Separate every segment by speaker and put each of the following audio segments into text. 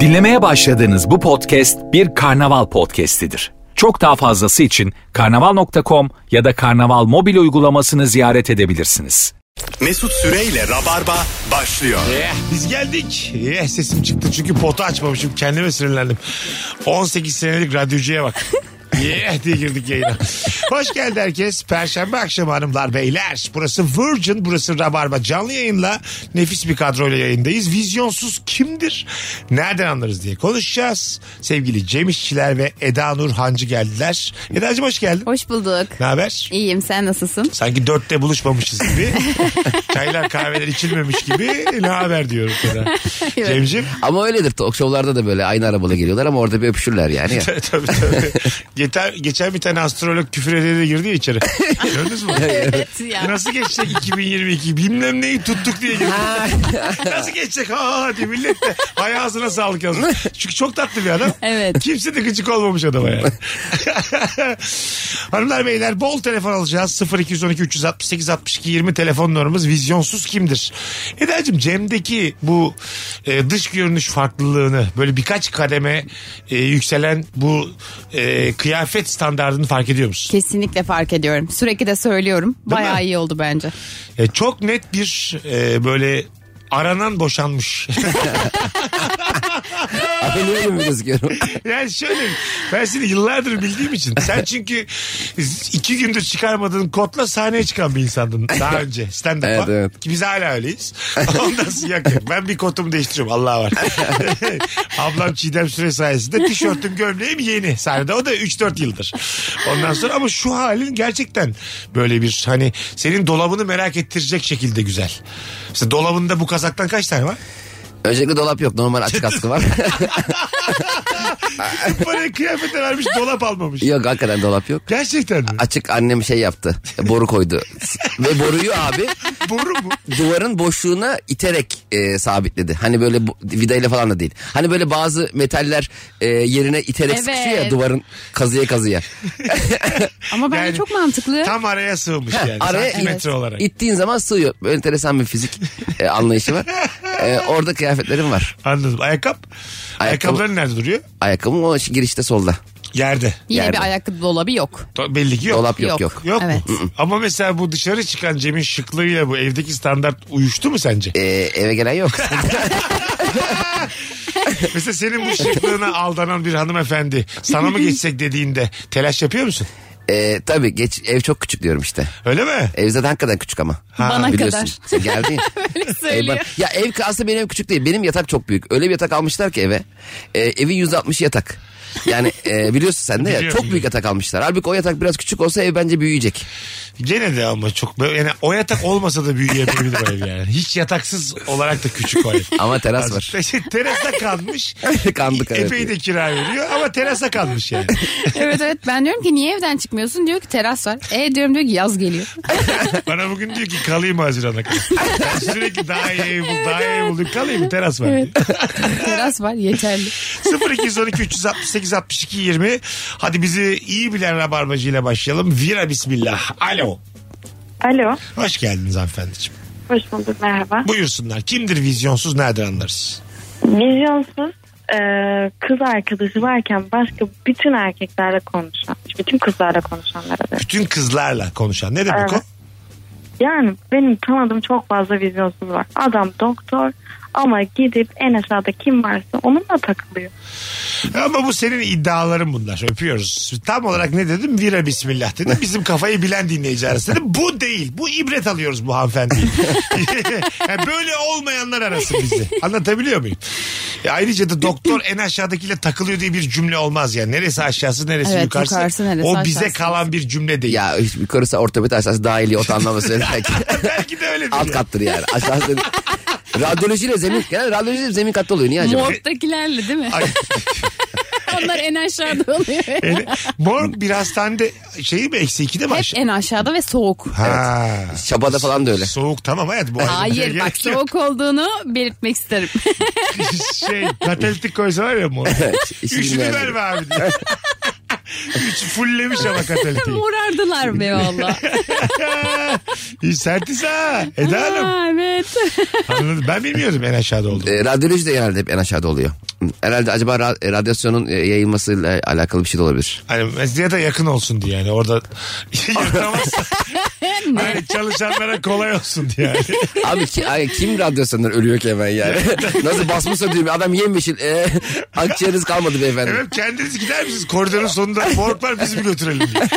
Speaker 1: Dinlemeye başladığınız bu podcast bir karnaval podcastidir. Çok daha fazlası için karnaval.com ya da karnaval mobil uygulamasını ziyaret edebilirsiniz.
Speaker 2: Mesut Süreyle Rabarba başlıyor.
Speaker 3: Eh, biz geldik. Eh, sesim çıktı çünkü potu açmamışım. Kendime sinirlendim. 18 senelik radyocuya bak. Yeah diye girdik yayına. Hoş geldi herkes. Perşembe akşamı hanımlar beyler. Burası Virgin, burası Rabarba. Canlı yayınla nefis bir kadroyla yayındayız. Vizyonsuz kimdir? Nereden anlarız diye konuşacağız. Sevgili Cem İşçiler ve Eda Nur Hancı geldiler. Eda'cığım hoş geldin.
Speaker 4: Hoş bulduk.
Speaker 3: Ne haber?
Speaker 4: İyiyim sen nasılsın?
Speaker 3: Sanki dörtte buluşmamışız gibi. Çaylar kahveler içilmemiş gibi ne haber diyorum sana. Cemciğim.
Speaker 5: Ama öyledir talk show'larda da böyle aynı arabada geliyorlar ama orada bir öpüşürler yani. ya.
Speaker 3: tabii tabii. Yeter, geçen bir tane astrolog küfür edene girdi ya içeri. Gördünüz mü?
Speaker 4: evet ya.
Speaker 3: Nasıl geçecek 2022 bilmem neyi tuttuk diye girdi. Nasıl geçecek ha diye millet de hay ağzına sağlık yazmış. Çünkü çok tatlı bir adam.
Speaker 4: Evet.
Speaker 3: Kimse de gıcık olmamış adama yani. Hanımlar beyler bol telefon alacağız. 0212 368 62 20 telefon numaramız vizyonsuz kimdir? Eda'cığım Cem'deki bu e, dış görünüş farklılığını böyle birkaç kademe e, yükselen bu e, kıyafet standartını fark ediyor musun?
Speaker 4: Kesinlikle fark ediyorum. Sürekli de söylüyorum. Bayağı
Speaker 3: mi?
Speaker 4: iyi oldu bence.
Speaker 3: E, çok net bir e, böyle aranan boşanmış.
Speaker 5: Abi niye mi gözüküyorum?
Speaker 3: yani şöyle ben seni yıllardır bildiğim için sen çünkü iki gündür çıkarmadığın kotla sahneye çıkan bir insandın daha önce stand up'a
Speaker 5: Evet, evet.
Speaker 3: ki biz hala öyleyiz. Ondan sonra yok yok. ben bir kotumu değiştiriyorum Allah var. Ablam Çiğdem Süre sayesinde tişörtüm gömleğim yeni sahnede o da 3-4 yıldır. Ondan sonra ama şu halin gerçekten böyle bir hani senin dolabını merak ettirecek şekilde güzel. Mesela dolabında bu kazaktan kaç tane var?
Speaker 5: Öncelikle dolap yok normal açık askı var.
Speaker 3: Parayı kıyafete vermiş dolap almamış.
Speaker 5: yok hakikaten dolap yok.
Speaker 3: Gerçekten mi?
Speaker 5: Açık annem şey yaptı. Boru koydu. Ve boruyu abi
Speaker 3: Boru mu?
Speaker 5: duvarın boşluğuna iterek e, sabitledi. Hani böyle bu- vidayla falan da değil. Hani böyle bazı metaller e, yerine iterek
Speaker 4: Evet.
Speaker 5: sıkışıyor ya duvarın kazıya kazıya.
Speaker 4: Ama bence
Speaker 3: Yani
Speaker 4: çok mantıklı.
Speaker 3: Tam araya sığmış yani.
Speaker 5: araya-
Speaker 3: santimetre
Speaker 4: Evet.
Speaker 3: olarak.
Speaker 5: İttiğin zaman sığıyor. Böyle enteresan bir fizik e, anlayışı var. E, orada kıyafetlerim var.
Speaker 3: Anladım. Ayakkabı. Ayakkabıların nerede duruyor?
Speaker 5: Ayakkabım o girişte solda.
Speaker 3: Yerde.
Speaker 4: Yine
Speaker 5: yerde.
Speaker 4: bir ayakkabı dolabı yok.
Speaker 3: To- Belli ki yok.
Speaker 5: Dolap
Speaker 4: Yok.
Speaker 5: yok yok.
Speaker 3: Yok mu?
Speaker 4: Evet.
Speaker 3: Ama mesela bu dışarı çıkan Cem'in şıklığıyla bu evdeki standart uyuştu mu sence?
Speaker 5: E, eve gelen yok.
Speaker 3: mesela senin bu şıklığına aldanan bir hanımefendi sana mı geçsek dediğinde telaş yapıyor musun?
Speaker 5: E, tabii geç, ev çok küçük diyorum işte.
Speaker 3: Öyle mi?
Speaker 5: Ev zaten hakikaten küçük ama.
Speaker 4: Bana kadar.
Speaker 5: Sen geldin.
Speaker 4: Öyle
Speaker 5: Ev bak-
Speaker 4: söylüyor.
Speaker 5: ya ev aslında benim ev küçük değil. Benim yatak çok büyük. Öyle bir yatak almışlar ki eve. E, evi 160 yatak. Yani e, biliyorsun sen de ya
Speaker 3: Biliyorum,
Speaker 5: çok büyük
Speaker 3: biliyorum.
Speaker 5: yatak almışlar. Halbuki o yatak biraz küçük olsa ev bence büyüyecek.
Speaker 3: Gene de ama çok böyle yani o yatak olmasa da büyüyebilir o ev yani. Hiç yataksız olarak da küçük o ev.
Speaker 5: Ama teras var.
Speaker 3: terasa kalmış.
Speaker 5: Kandık evet.
Speaker 3: Epey de kira veriyor ama terasa kalmış yani.
Speaker 4: evet evet ben diyorum ki niye evden çıkmıyorsun? Diyor ki teras var. E diyorum diyor ki yaz geliyor.
Speaker 3: Bana bugün diyor ki kalayım Haziran'a kadar. Ben sürekli daha iyi ev bul, daha iyi ev bul diyor. Kalayım teras var. diyor.
Speaker 4: teras var yeterli.
Speaker 3: 0212 368 62 20. Hadi bizi iyi bilen rabarbacıyla başlayalım. Vira bismillah. Alo.
Speaker 6: Alo,
Speaker 3: Hoş geldiniz hanımefendiciğim.
Speaker 6: hoş bulduk, merhaba.
Speaker 3: Buyursunlar. Kimdir vizyonsuz nereden anlarız?
Speaker 6: Vizyonsuz e, kız arkadaşı varken başka bütün erkeklerle konuşan, bütün kızlarla konuşanlara da.
Speaker 3: Bütün kızlarla konuşan. Ne demek
Speaker 6: Evet.
Speaker 3: o?
Speaker 6: Yani benim tanıdığım çok fazla vizyonsuz var. Adam doktor ama gidip en aşağıda kim varsa onunla takılıyor.
Speaker 3: Ama bu senin iddiaların bunlar. Öpüyoruz. Tam olarak ne dedim? Vira bismillah dedim. Bizim kafayı bilen dinleyici arası dedim. Bu değil. Bu ibret alıyoruz bu hanımefendi. Yani böyle olmayanlar arası bizi. Anlatabiliyor muyum? E ayrıca da doktor en aşağıdakiyle takılıyor diye bir cümle olmaz yani. Neresi aşağısı neresi
Speaker 4: Evet,
Speaker 3: yukarısı.
Speaker 4: yukarısı, neresi
Speaker 3: o bize
Speaker 4: aşağısı.
Speaker 3: kalan bir cümle değil.
Speaker 5: Ya hiç bir karısı ortopedi aşağısı daha iyi ot anlaması. Belki
Speaker 3: Belki de öyle
Speaker 5: alt kattır yani. Aşağısı radyolojiyle zemin, genel radyolojiyle zemin katta oluyor. Niye acaba?
Speaker 4: Morgdakilerle değil mi?
Speaker 3: Ay,
Speaker 4: Onlar en aşağıda oluyor.
Speaker 3: yani morg bir hastanede şeyi mi eksi ikide mi
Speaker 4: Hep
Speaker 3: aşağı?
Speaker 4: en aşağıda ve soğuk.
Speaker 3: Ha.
Speaker 5: Şabada falan da öyle.
Speaker 3: Soğuk tamam hayat bu. ayrımcıya
Speaker 4: Hayır
Speaker 3: gerek
Speaker 4: bak
Speaker 3: yok.
Speaker 4: soğuk olduğunu belirtmek isterim.
Speaker 3: şey katalitik koysa var ya mor.
Speaker 5: Evet, işi
Speaker 3: Üşünü
Speaker 5: bilmeyen
Speaker 3: ver be abi diye. Üç fullemiş ama katalitiği.
Speaker 4: Vurardılar be valla.
Speaker 3: İyi sertiz ha. Eda Hanım.
Speaker 4: Ha, evet.
Speaker 3: Anladım. Ben bilmiyordum en aşağıda olduğumu.
Speaker 5: E, radyoloji de genelde hep en aşağıda oluyor. Herhalde acaba ra- e, radyasyonun e, yayılmasıyla alakalı bir şey de olabilir.
Speaker 3: Hani mesela da yakın olsun diye yani orada yırtamazsa hani çalışanlara kolay olsun diye. yani.
Speaker 5: Abi ki, ay, kim radyasyondan ölüyor ki hemen yani? Nasıl basmışsa diyor adam yemyeşil. E, akciğeriniz kalmadı beyefendi.
Speaker 3: Evet kendiniz gider misiniz? Koridorun sonunda morg var bizi mi götürelim diye.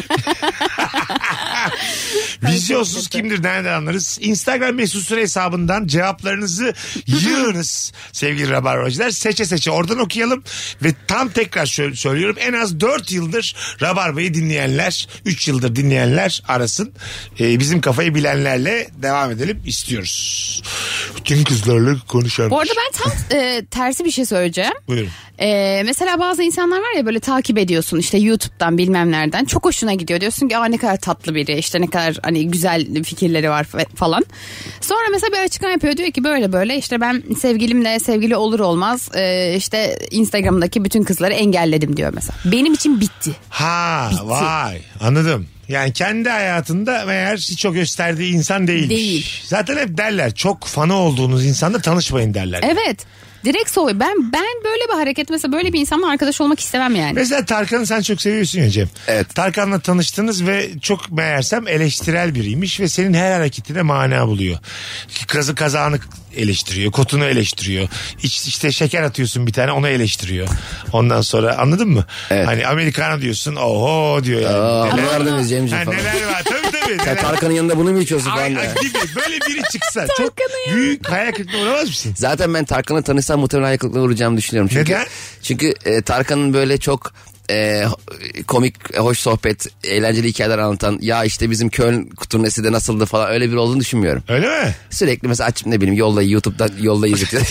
Speaker 3: Vizyonsuz kimdir nereden anlarız? Instagram mesut süre hesabından cevaplarınızı yığınız sevgili rabarbacılar. Seçe seçe oradan okuyalım ve tam tekrar şöyle söylüyorum. En az 4 yıldır rabarbayı dinleyenler, 3 yıldır dinleyenler arasın. Ee, bizim kafayı bilenlerle devam edelim istiyoruz. Tüm kızlarla konuşalım.
Speaker 4: Bu arada ben tam e, tersi bir şey söyleyeceğim.
Speaker 3: Buyurun.
Speaker 4: E, mesela bazı insanlar var ya böyle takip ediyorsun işte YouTube'dan bilmem nereden. Çok hoşuna gidiyor. Diyorsun ki Aa, ne kadar tatlı biri işte ne kadar hani güzel fikirleri var fa- falan. Sonra mesela bir açıklama yapıyor diyor ki böyle böyle işte ben sevgilimle sevgili olur olmaz e, işte Instagram'daki bütün kızları engelledim diyor mesela. Benim için bitti.
Speaker 3: Ha vay anladım. Yani kendi hayatında meğer hiç o gösterdiği insan değilmiş.
Speaker 4: Değil.
Speaker 3: Zaten hep derler çok fanı olduğunuz insanla tanışmayın derler.
Speaker 4: Evet. Direkt soğuyor. Ben ben böyle bir hareket mesela böyle bir insanla arkadaş olmak istemem yani.
Speaker 3: Mesela Tarkan'ı sen çok seviyorsun ya Cem.
Speaker 5: Evet.
Speaker 3: Tarkan'la tanıştınız ve çok meğersem eleştirel biriymiş ve senin her hareketine mana buluyor. Kazı kazağını eleştiriyor, kotunu eleştiriyor. İç- işte şeker atıyorsun bir tane onu eleştiriyor. Ondan sonra anladın mı?
Speaker 5: Evet.
Speaker 3: Hani Amerikan'a diyorsun oho diyor yani.
Speaker 5: Aa,
Speaker 3: Neler-
Speaker 5: bunlar da ne Cemciğim
Speaker 3: Ha,
Speaker 5: falan.
Speaker 3: neler var tabii tabii.
Speaker 5: Sen
Speaker 3: neler-
Speaker 5: Tarkan'ın yanında bunu mu içiyorsun falan
Speaker 3: Ay,
Speaker 5: diye.
Speaker 3: ay, gibi böyle biri çıksa çok büyük hayal kırıklığına uğramaz mısın?
Speaker 5: Zaten ben Tarkan'la tanışsam muhtemelen ayaklıkla vuracağımı düşünüyorum. Çünkü,
Speaker 3: Neden?
Speaker 5: Çünkü e, Tarkan'ın böyle çok e, ho- komik, e, hoş sohbet, eğlenceli hikayeler anlatan ya işte bizim Köln turnesi de nasıldı falan öyle bir olduğunu düşünmüyorum.
Speaker 3: Öyle mi?
Speaker 5: Sürekli mesela aç ne bileyim yollayı YouTube'dan yollayı izliyor.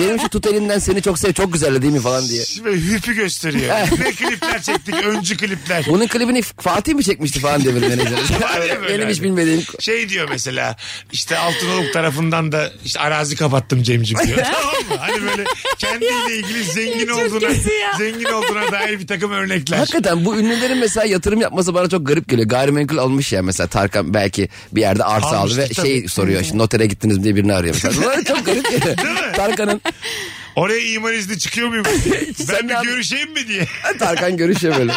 Speaker 5: Benim şu tut elimden seni çok sev çok güzel değil mi falan diye.
Speaker 3: Şimdi hüpü gösteriyor. ne klipler çektik öncü klipler.
Speaker 5: Bunun klibini Fatih mi çekmişti falan diye böyle menajer.
Speaker 3: Var ya böyle
Speaker 5: Benim hiç
Speaker 3: hani.
Speaker 5: bilmediğim.
Speaker 3: Şey diyor mesela işte Altınoluk tarafından da işte arazi kapattım Cem'cim diyor. tamam mı? Hani böyle kendiyle ilgili zengin olduğuna zengin olduğuna dair bir takım örnekler.
Speaker 5: Hakikaten bu ünlülerin mesela yatırım yapması bana çok garip geliyor. Gayrimenkul almış ya mesela Tarkan belki bir yerde arsa
Speaker 3: Almıştı
Speaker 5: aldı ve
Speaker 3: tabii.
Speaker 5: şey soruyor işte notere gittiniz mi diye birini arıyor mesela. Bunlar çok garip geliyor. Tarkan'ın
Speaker 3: Oraya iman izni çıkıyor muyum? ben
Speaker 5: Sen
Speaker 3: bir
Speaker 5: de-
Speaker 3: görüşeyim mi diye.
Speaker 5: Tarkan görüşüyor böyle.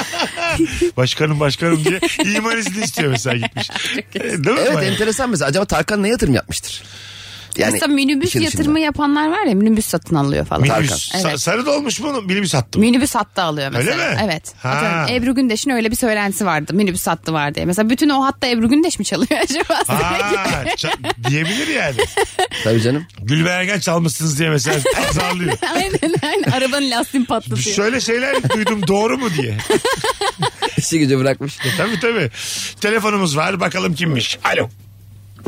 Speaker 3: Başkanım başkanım diye iman izni istiyor mesela gitmiş. Değil mi?
Speaker 5: Evet
Speaker 3: Hani-
Speaker 5: enteresan mesela acaba Tarkan ne yatırım yapmıştır? Yani
Speaker 4: mesela minibüs
Speaker 5: işin içinde.
Speaker 4: yatırımı yapanlar var ya minibüs satın alıyor falan.
Speaker 3: Minibüs.
Speaker 4: Evet.
Speaker 3: Sa- sarı dolmuş mu? Minibüs attım.
Speaker 4: Minibüs hattı alıyor mesela.
Speaker 3: Öyle mi?
Speaker 4: Evet.
Speaker 3: Ha.
Speaker 4: Atıyorum, Ebru Gündeş'in öyle bir söylentisi vardı. Minibüs hattı var diye. Mesela bütün o hatta Ebru Gündeş mi çalıyor acaba?
Speaker 3: Aa, ça- diyebilir yani.
Speaker 5: Tabii canım.
Speaker 3: Gülben Ergen çalmışsınız diye mesela azarlıyor.
Speaker 4: aynen aynen. Arabanın lastiğini patlatıyor.
Speaker 3: Şöyle şeyler duydum doğru mu diye.
Speaker 5: İşi gücü bırakmış.
Speaker 3: Tabii tabii. Telefonumuz var bakalım kimmiş. Alo.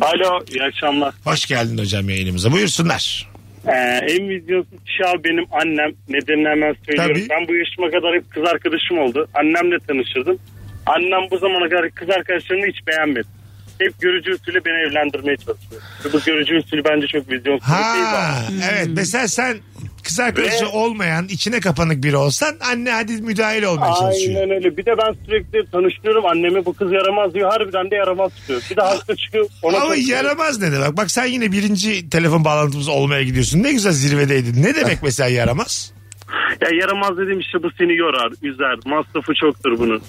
Speaker 7: Alo iyi akşamlar.
Speaker 3: Hoş geldin hocam yayınımıza. Buyursunlar.
Speaker 7: Ee, en vizyonsuz kişi abi benim annem. Nedenini hemen söylüyorum.
Speaker 3: Tabii.
Speaker 7: Ben bu yaşıma kadar hep kız arkadaşım oldu. Annemle tanışırdım. Annem bu zamana kadar kız arkadaşlarını hiç beğenmedi. Hep görücü usulü beni evlendirmeye çalışıyor. Ve Bu görücü usulü bence çok vizyonsuz şey değil. abi.
Speaker 3: Ha evet mesela sen kız arkadaşı
Speaker 7: Ve-
Speaker 3: olmayan içine kapanık biri olsan anne hadi müdahil olmaya çalışıyor.
Speaker 7: Aynen öyle. Bir de ben sürekli tanıştırıyorum. Anneme bu kız yaramaz diyor. Harbiden de yaramaz diyor. Bir de haklı çıkıyor. Ona
Speaker 3: Ama
Speaker 7: çok-
Speaker 3: yaramaz ne demek? Bak sen yine birinci telefon bağlantımız olmaya gidiyorsun. Ne güzel zirvedeydin. Ne demek mesela yaramaz?
Speaker 7: Ya yaramaz dediğim işte bu seni yorar, üzer. Masrafı çoktur bunun.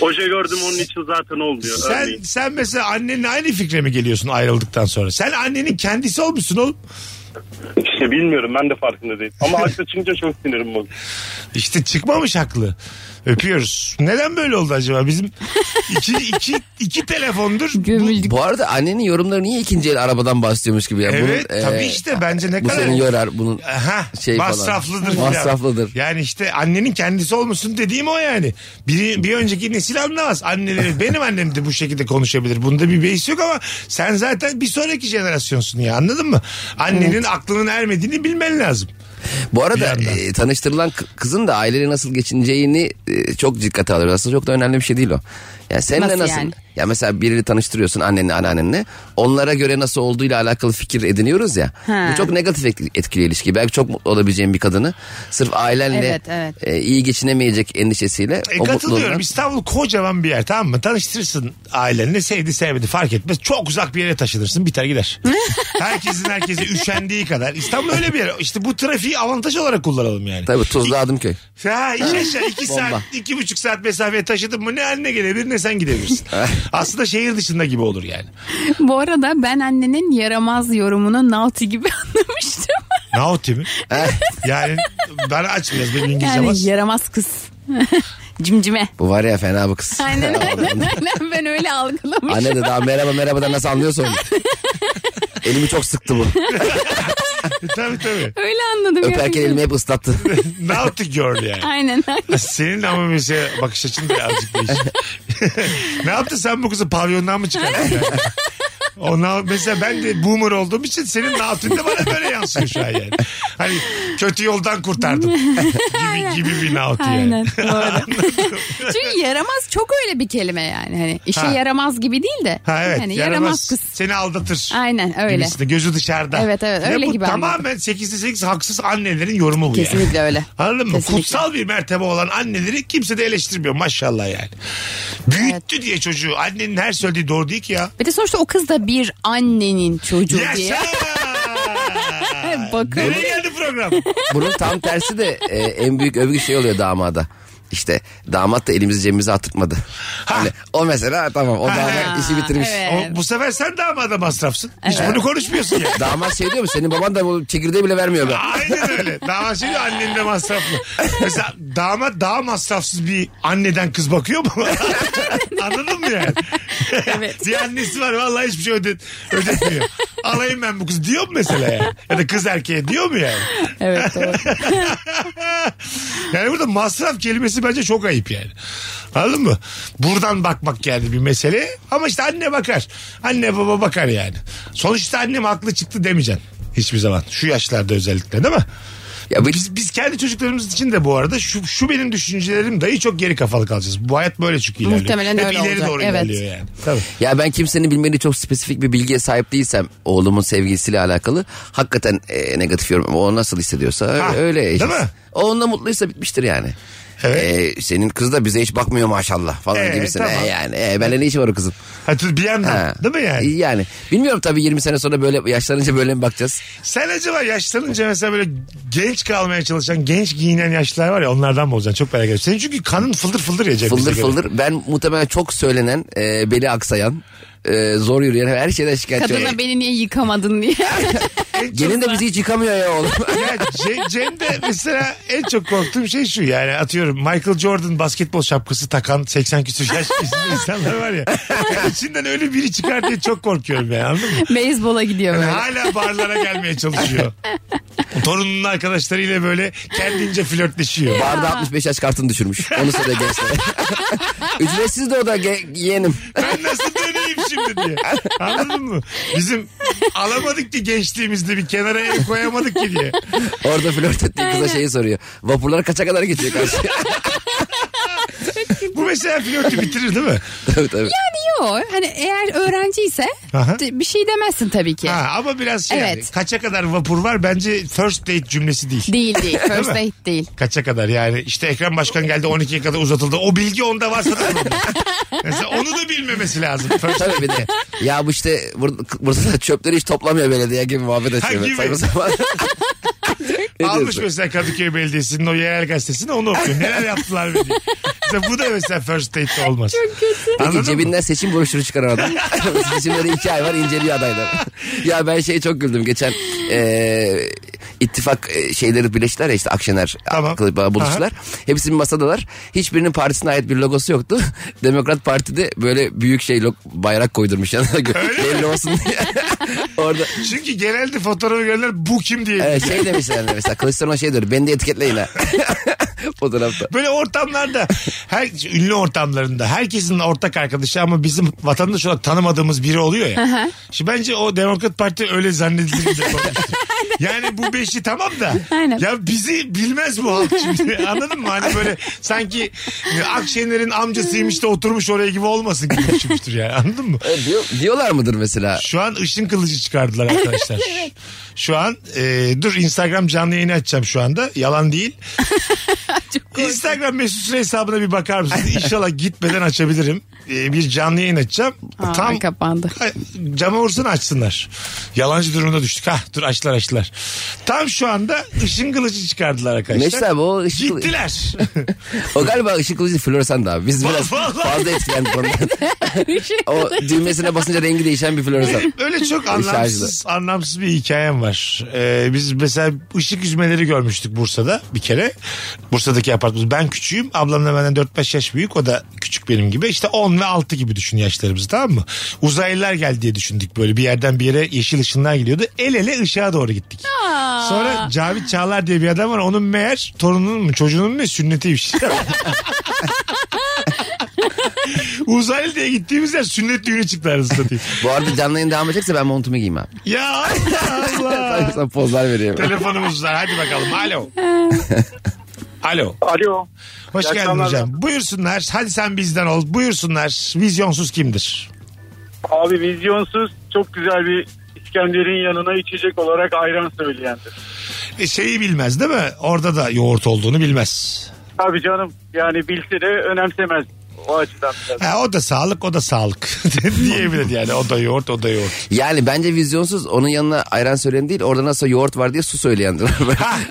Speaker 7: Hoca gördüm onun için zaten olmuyor.
Speaker 3: Sen,
Speaker 7: örneğin.
Speaker 3: sen mesela annenin aynı fikre mi geliyorsun ayrıldıktan sonra? Sen annenin kendisi olmuşsun oğlum.
Speaker 7: İşte bilmiyorum ben de farkında değilim. Ama haklı çıkınca çok sinirim bozuldu.
Speaker 3: İşte çıkmamış haklı. Öpüyoruz. Neden böyle oldu acaba? Bizim iki, iki, iki telefondur. Bu-
Speaker 4: Gömüldük.
Speaker 5: Bu arada annenin yorumları niye ikinci el arabadan bahsediyormuş gibi ya.
Speaker 3: Evet
Speaker 5: Bunun, e,
Speaker 3: tabii işte bence ne
Speaker 5: Bu
Speaker 3: kadar...
Speaker 5: seni yorar bunun
Speaker 3: Aha,
Speaker 5: şey falan.
Speaker 3: masraflıdır falan.
Speaker 5: Masraflıdır.
Speaker 3: Yani işte annenin kendisi olmuşsun dediğim o yani. Bir, bir önceki nesil anlamaz. Anneleri, benim annem de bu şekilde konuşabilir. Bunda bir beis yok ama sen zaten bir sonraki jenerasyonsun ya anladın mı? Annenin aklının ermediğini bilmen lazım.
Speaker 5: Bu
Speaker 3: Bir
Speaker 5: arada
Speaker 3: yandan.
Speaker 5: e, tanıştırılan kı- kızın da aileyle nasıl geçineceğini e, çok dikkate alıyoruz. Aslında çok da önemli bir şey değil o. Yani seninle
Speaker 4: Nasıl
Speaker 5: nasıl?
Speaker 4: yani?
Speaker 5: Ya mesela birini tanıştırıyorsun annenle anneannenle. Onlara göre nasıl olduğuyla alakalı fikir ediniyoruz ya.
Speaker 4: Ha.
Speaker 5: Bu çok negatif et- etkili ilişki. Belki çok mutlu olabileceğin bir kadını sırf ailenle
Speaker 4: Evet, evet.
Speaker 5: e, iyi geçinemeyecek endişesiyle
Speaker 3: E,
Speaker 5: o mutluluğuna-
Speaker 3: katılıyorum. İstanbul kocaman bir yer tamam mı? Tanıştırırsın ailenle sevdi sevmedi fark etmez. Çok uzak bir yere taşınırsın biter gider. Herkesin herkese üşendiği kadar. İstanbul öyle bir yer. İşte bu trafiği avantaj olarak kullanalım yani.
Speaker 5: Tabii Tuzla Adımköy.
Speaker 3: Ha iş aşağı iki
Speaker 5: Bomba.
Speaker 3: saat, iki buçuk saat mesafeye taşıdın mı ne haline gelebilir ne sen gidebilirsin. Aslında şehir dışında gibi olur yani.
Speaker 4: Bu arada ben annenin yaramaz yorumunu naughty gibi anlamıştım.
Speaker 3: Nauti mi? yani ben aç biraz benim İngilizce
Speaker 4: Yani
Speaker 3: bas.
Speaker 4: yaramaz kız. Cimcime.
Speaker 5: Bu var ya fena bu kız.
Speaker 4: Aynen aynen aynen ben öyle algılamıştım.
Speaker 5: Anne de daha merhaba merhaba da nasıl anlıyorsa onu. Elimi çok sıktı bu.
Speaker 3: tabii tabii.
Speaker 4: Öyle anladım. ya.
Speaker 5: Öperken elimi hep ıslattı.
Speaker 3: Naughty girl yani.
Speaker 4: Aynen aynen.
Speaker 3: Senin de ama mesela bakış açın da azıcık değişik. ne yaptın sen bu kızı pavyondan mı çıkarttın? yani? Ona, mesela ben de boomer olduğum için senin altında bana böyle yansıyor şu an yani. Hani kötü yoldan kurtardım gibi, gibi bir nauti
Speaker 4: Aynen
Speaker 3: yani.
Speaker 4: doğru. Çünkü yaramaz çok öyle bir kelime yani. Hani işe
Speaker 3: Ha.
Speaker 4: yaramaz gibi değil de.
Speaker 3: Ha evet
Speaker 4: hani
Speaker 3: yaramaz,
Speaker 4: yaramaz, kız.
Speaker 3: seni aldatır.
Speaker 4: Aynen öyle.
Speaker 3: Gibisinde, gözü dışarıda.
Speaker 4: Evet, evet,
Speaker 3: Ve
Speaker 4: öyle
Speaker 3: bu
Speaker 4: gibi
Speaker 3: tamamen 8'de 8 haksız annelerin yorumu bu yani.
Speaker 4: Kesinlikle öyle.
Speaker 3: Anladın mı?
Speaker 4: Kesinlikle.
Speaker 3: Kutsal bir mertebe olan anneleri kimse de eleştirmiyor maşallah yani. Büyüttü diye çocuğu. Annenin her söylediği doğru değil ki ya.
Speaker 4: Bir de sonuçta o kız da bir annenin çocuğu diye.
Speaker 3: Yaşa!
Speaker 4: Bakın.
Speaker 3: Nereye geldi program?
Speaker 5: Bunun tam tersi de e, en büyük övgü şey oluyor damada. İşte damat da elimizi cebimize attırmadı. Hani o mesela tamam o damat işi bitirmiş.
Speaker 4: evet.
Speaker 3: O, bu sefer sen damada masrafsın. Hiç bunu konuşmuyorsun ya.
Speaker 5: Damat şey diyor mu senin baban da bu çekirdeği bile vermiyor be.
Speaker 3: Aynen öyle. Damat şimdi annen de masraflı. Mesela damat daha masrafsız bir anneden kız bakıyor mu? Anladın mı yani?
Speaker 4: Evet.
Speaker 3: bir annesi var vallahi hiçbir şey ödet ödetmiyor. Alayım ben bu kızı diyor mu mesela yani? Ya da kız erkeğe diyor mu yani?
Speaker 4: Evet doğru.
Speaker 3: Yani burada masraf kelimesi bence çok ayıp yani. Anladın mı? Buradan bakmak geldi bir mesele. Ama işte anne bakar. Anne baba bakar yani. Sonuçta annem haklı çıktı demeyeceksin. Hiçbir zaman. Şu yaşlarda özellikle değil mi?
Speaker 5: Ya bu-
Speaker 3: Biz, biz kendi çocuklarımız için de bu arada şu, şu benim düşüncelerim dahi çok geri kafalı kalacağız. Bu hayat böyle çünkü ilerliyor.
Speaker 4: Muhtemelen
Speaker 3: Hep
Speaker 4: öyle
Speaker 3: ileri
Speaker 4: olacak,
Speaker 3: doğru
Speaker 4: evet.
Speaker 3: ilerliyor yani. Tabii.
Speaker 5: Ya ben kimsenin bilmediği çok spesifik bir bilgiye sahip değilsem oğlumun sevgilisiyle alakalı hakikaten e, negatif yorum. O nasıl hissediyorsa öyle.
Speaker 3: Ha,
Speaker 5: öyle
Speaker 3: değil
Speaker 5: yaşasın.
Speaker 3: mi?
Speaker 5: O onunla mutluysa bitmiştir yani.
Speaker 3: Evet.
Speaker 4: Ee,
Speaker 5: E, senin kız da bize hiç bakmıyor maşallah falan
Speaker 3: E,
Speaker 5: gibisin.
Speaker 3: tamam.
Speaker 5: E, yani e, benle ne işi var o kızın?
Speaker 3: Hatta bir yandan
Speaker 5: Ha.
Speaker 3: değil mi yani?
Speaker 5: Yani bilmiyorum tabii 20 sene sonra böyle yaşlanınca böyle mi bakacağız?
Speaker 3: Sen acaba yaşlanınca mesela böyle genç kalmaya çalışan, genç giyinen yaşlılar var ya onlardan mı olacaksın? Çok merak ediyorum. Senin çünkü kanın fıldır fıldır ya cebimize
Speaker 5: Fıldır
Speaker 3: göre.
Speaker 5: fıldır. Ben muhtemelen çok söylenen, e, beli aksayan, e, zor yürüyen her şeyden şikayetçi
Speaker 4: Kadına
Speaker 3: Şey-
Speaker 5: olan.
Speaker 4: beni niye yıkamadın diye.
Speaker 5: Gelin de bizi hiç yıkamıyor ya oğlum.
Speaker 3: Ya Ce- Cem'de mesela en çok korktuğum şey şu yani atıyorum Michael Jordan basketbol şapkası takan 80 küsur yaş üstü insanlar var ya. Yani içinden öyle biri çıkar diye çok korkuyorum yani anladın mı?
Speaker 4: Beyzbola gidiyor
Speaker 3: Yani
Speaker 4: böyle.
Speaker 3: hala barlara gelmeye çalışıyor. Torununun arkadaşlarıyla böyle kendince flörtleşiyor.
Speaker 5: Barda 65 yaş kartını düşürmüş. Onu söyle gençlere. Ücretsiz de o da ge- yeğenim.
Speaker 3: Ben nasıl döneyim şimdi diye. Anladın mı? Bizim alamadık ki gençliğimizde bir kenara el koyamadık ki diye.
Speaker 5: Orada flört ettiği kıza şeyi soruyor. Vapurlar kaça kadar geçiyor karşıya?
Speaker 3: Bu mesela flörtü bitirir değil mi?
Speaker 5: tabii tabii.
Speaker 4: Yok hani eğer öğrenciyse
Speaker 3: Aha.
Speaker 4: bir şey demezsin tabii ki.
Speaker 3: Ha, ama biraz şey yani,
Speaker 4: Evet.
Speaker 3: kaça kadar vapur var bence first date cümlesi değil.
Speaker 4: Değil değil. First
Speaker 3: mi?
Speaker 4: date değil.
Speaker 3: Kaça kadar yani işte Ekrem Başkan geldi 12'ye kadar uzatıldı. O bilgi onda varsa da problem. Mesela onu da bilmemesi lazım. First
Speaker 5: Tabii bir de. Ya bu işte bur- burada da çöpleri hiç toplamıyor belediye gibi muhabbet açıyor.
Speaker 3: gibi.
Speaker 5: Saçma sapan. Ne
Speaker 3: Almış
Speaker 5: diyorsun?
Speaker 3: mesela Kadıköy Belediyesi'nin o yerel gazetesini onu okuyor. Neler yaptılar be diye. Mesela bu da mesela first date olmaz. Çok kötü.
Speaker 5: Peki cebinden seçim broşürü çıkaran adam. Seçimleri iki ay var inceliyor adayları. ya ben şey çok güldüm geçen e, ittifak e, şeyleri birleştiler ya işte Akşener
Speaker 3: Tamam.
Speaker 5: Kılıçdaroğlu buluştular. Hepsi bir masadalar. Hiçbirinin partisine ait bir logosu yoktu. Demokrat Parti'de böyle büyük şey lo- bayrak koydurmuş yanına. Belli olsun diye. Orada
Speaker 3: Çünkü genelde fotoğrafı görenler bu kim diye.
Speaker 5: e, şey demişler mesela Kılıçdaroğlu şey diyor beni de etiketleyin ha. Fotoğrafta.
Speaker 3: Böyle ortamlarda her ünlü ortamlarında herkesin ortak arkadaşı ama bizim vatandaş olarak tanımadığımız biri oluyor ya. Şimdi bence o Demokrat Parti öyle zannedilir. Yani bu beşi tamam da.
Speaker 4: Aynen.
Speaker 3: Ya bizi bilmez bu halk şimdi. Anladın mı? Hani böyle sanki Akşener'in amcasıymış da oturmuş oraya gibi olmasın gibi düşünmüştür yani. Anladın mı?
Speaker 5: E, diyor- diyorlar mıdır mesela?
Speaker 3: Şu an ışın kılıcı çıkardılar arkadaşlar. Şu an e, dur Instagram canlı yayını açacağım şu anda. Yalan değil. Instagram Mesut Süre hesabına bir bakar mısınız? İnşallah gitmeden açabilirim. E, bir canlı yayın açacağım.
Speaker 4: Aa,
Speaker 3: Tam
Speaker 4: kapandı.
Speaker 3: Ay, Cama vursun açsınlar. Yalancı durumuna düştük. Ha dur açtılar açtılar. Tam şu anda ışın kılıcı çıkardılar arkadaşlar.
Speaker 5: Mesut abi o ışın kılıcı-
Speaker 3: Gittiler.
Speaker 5: O galiba ışık kılıcı floresan da abi. Biz biraz
Speaker 3: Vallahi.
Speaker 5: fazla etkilendik ondan. o düğmesine basınca rengi değişen bir floresan.
Speaker 3: Öyle çok anlamsız, anlamsız bir hikayem var. Ee, biz mesela ışık yüzmeleri görmüştük Bursa'da bir kere. Bursa'daki apartmanımız. Ben küçüğüm. Ablamla benden 4-5 yaş büyük. O da küçük benim gibi. İşte 10 ve 6 gibi düşün yaşlarımızı tamam mı? Uzaylılar geldi diye düşündük böyle. Bir yerden bir yere yeşil ışınlar gidiyordu. El ele ışığa doğru gittik. Sonra Cavit Çağlar diye bir adam var. Onun meğer torununun mu çocuğunun mu sünnetiymiş. Uzaylı diye gittiğimiz yer sünnet düğünü çıktı arasında satayım.
Speaker 5: Bu arada canlı yayın devam edecekse ben montumu giyeyim abi.
Speaker 3: Ya Allah Allah.
Speaker 5: Sadece sana pozlar veriyorum.
Speaker 3: Telefonumuz var. Hadi bakalım. Alo. Alo.
Speaker 7: Alo.
Speaker 3: Hoş
Speaker 7: İyi
Speaker 3: geldin
Speaker 7: akşamlar.
Speaker 3: hocam. Buyursunlar. Hadi sen bizden ol. Buyursunlar. Vizyonsuz kimdir?
Speaker 7: Abi vizyonsuz çok güzel bir İskender'in yanına içecek olarak ayran söyleyendir.
Speaker 3: E, şeyi bilmez değil mi? Orada da yoğurt olduğunu bilmez.
Speaker 7: Abi canım yani bilse de önemsemez o açıdan. biraz.
Speaker 3: Ha, o da sağlık, o da sağlık. Diyebilir yani. O da yoğurt, o da yoğurt.
Speaker 5: Yani bence vizyonsuz onun yanına ayran söyleyen değil orada nasıl yoğurt var diye su söyleyendir.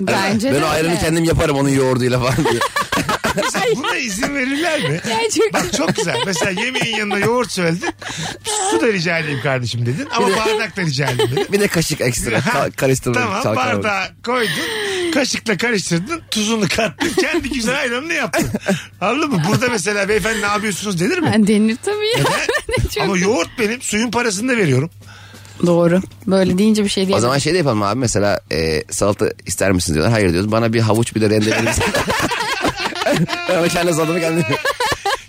Speaker 4: Bence
Speaker 5: ben
Speaker 4: de
Speaker 5: o ayranı
Speaker 4: öyle.
Speaker 5: kendim yaparım onun yoğurduyla falan diye.
Speaker 3: Mesela buna izin verirler mi?
Speaker 4: çok-
Speaker 3: Bak çok güzel. Mesela yemeğin yanına yoğurt söyledin. Su da rica edeyim kardeşim dedin. Ama bardak da rica edeyim dedin.
Speaker 5: Bir de kaşık ekstra ka- karıştırma.
Speaker 3: Tamam
Speaker 5: çalkalama.
Speaker 3: bardağı koydun. Kaşıkla karıştırdın. Tuzunu kattın. Kendi güzel ayranını yaptın. Anladın mı? Burada mesela beyefendi ne yapıyorsunuz denir mi?
Speaker 4: Ben denir tabii ya. Ne çok-
Speaker 3: Ama yoğurt benim suyun parasını da veriyorum.
Speaker 4: Doğru. Böyle deyince bir şey
Speaker 5: O
Speaker 4: diyemem.
Speaker 5: zaman şey de yapalım abi mesela e, salata ister misiniz diyorlar. Hayır diyoruz. Bana bir havuç bir de rende verir misin? ben o kendi salatamı kendim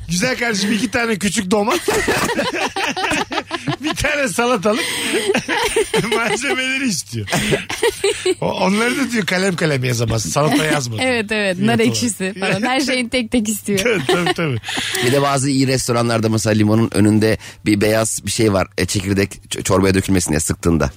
Speaker 3: Güzel kardeşim iki tane küçük domat. bir tane salatalık. Malzemeleri istiyor. O- Onları da diyor kalem kalem yazamaz. Salata yazmadı.
Speaker 4: Evet evet nar
Speaker 3: Fiyat
Speaker 4: ekşisi
Speaker 3: olarak.
Speaker 4: falan her şey şeyin tek tek istiyor.
Speaker 3: tabii tabii. tabii.
Speaker 5: Bir de bazı iyi restoranlarda mesela limonun önünde bir beyaz bir şey var. E, çekirdek ç- çorbaya dökülmesin diye sıktığında.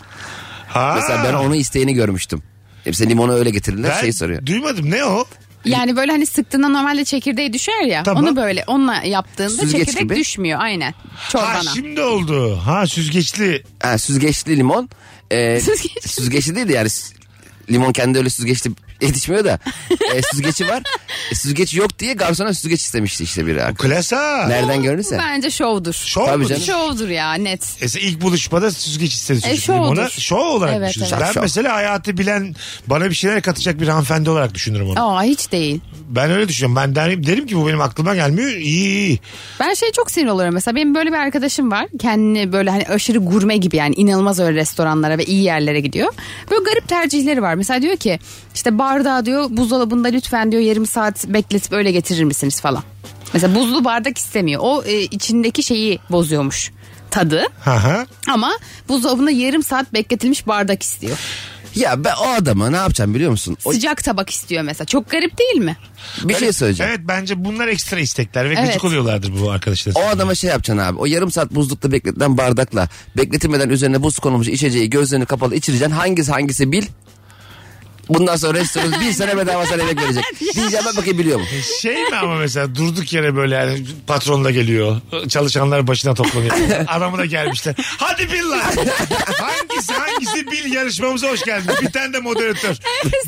Speaker 3: Ha.
Speaker 5: Mesela ben onun isteğini görmüştüm. Hepsi limonu öyle getirirler
Speaker 3: Ben
Speaker 5: şey soruyor.
Speaker 3: Duymadım ne o?
Speaker 4: Yani böyle hani sıktığında normalde çekirdeği düşer ya.
Speaker 3: Tamam.
Speaker 4: Onu böyle onunla yaptığında
Speaker 5: Süzgeç
Speaker 4: çekirdek
Speaker 5: gibi.
Speaker 4: düşmüyor aynen.
Speaker 3: Ha
Speaker 4: Çorbana.
Speaker 3: şimdi oldu. Ha süzgeçli.
Speaker 5: Ha, süzgeçli limon. E,
Speaker 4: Süzgeç.
Speaker 5: süzgeçli değil de yani sü- limon kendi öyle süzgeçli yetişmiyor da. E, süzgeci var. E, süzgeci yok diye garsona süzgeç istemişti işte biri.
Speaker 3: Klas ha.
Speaker 5: Nereden görürse.
Speaker 4: Bence şovdur.
Speaker 3: Şov
Speaker 5: Tabii
Speaker 3: mu?
Speaker 5: canım.
Speaker 4: Şovdur ya net.
Speaker 3: E sen ilk buluşmada süzgeç istedi
Speaker 4: E,
Speaker 3: çocuk.
Speaker 4: şovdur.
Speaker 3: Limona şov olarak
Speaker 4: Evet,
Speaker 3: düşünürüz.
Speaker 5: evet.
Speaker 3: Ben
Speaker 5: Şov.
Speaker 3: mesela hayatı bilen bana bir şeyler katacak bir hanımefendi olarak düşünürüm onu.
Speaker 4: Aa hiç değil.
Speaker 3: Ben öyle düşünüyorum. Ben derim, derim ki bu benim aklıma gelmiyor. İyi iyi.
Speaker 4: Ben şey çok sinir oluyorum mesela benim böyle bir arkadaşım var. Kendini böyle hani aşırı gurme gibi yani inanılmaz öyle restoranlara ve iyi yerlere gidiyor. Böyle garip tercihleri var. Mesela diyor ki işte bardağı diyor buzdolabında lütfen diyor yarım saat bekletip öyle getirir misiniz falan. Mesela buzlu bardak istemiyor. O e, içindeki şeyi bozuyormuş tadı.
Speaker 3: Aha.
Speaker 4: Ama buzdolabında yarım saat bekletilmiş bardak istiyor.
Speaker 5: Ya ben o adama ne yapacağım biliyor musun? O,
Speaker 4: Sıcak tabak istiyor mesela. Çok garip değil mi?
Speaker 5: bir şey söyleyeceğim.
Speaker 3: Evet bence bunlar ekstra istekler ve
Speaker 4: Evet.
Speaker 3: gıcık oluyorlardır bu arkadaşlar.
Speaker 5: O adama şey yapacaksın abi. O yarım saat buzlukta bekletilen bardakla bekletilmeden üzerine buz konulmuş içeceği gözlerini kapalı içireceksin. Hangisi hangisi bil. Bundan sonra restoran bir sene bedava sana yemek verecek. Diyeceğim ben bakayım biliyor mu?
Speaker 3: Şey mi ama mesela durduk yere böyle yani patron da geliyor. Çalışanlar başına toplanıyor. Adamı da gelmişler. Hadi bil lan. hangisi hangisi bil yarışmamıza hoş geldiniz. Bir tane de moderatör.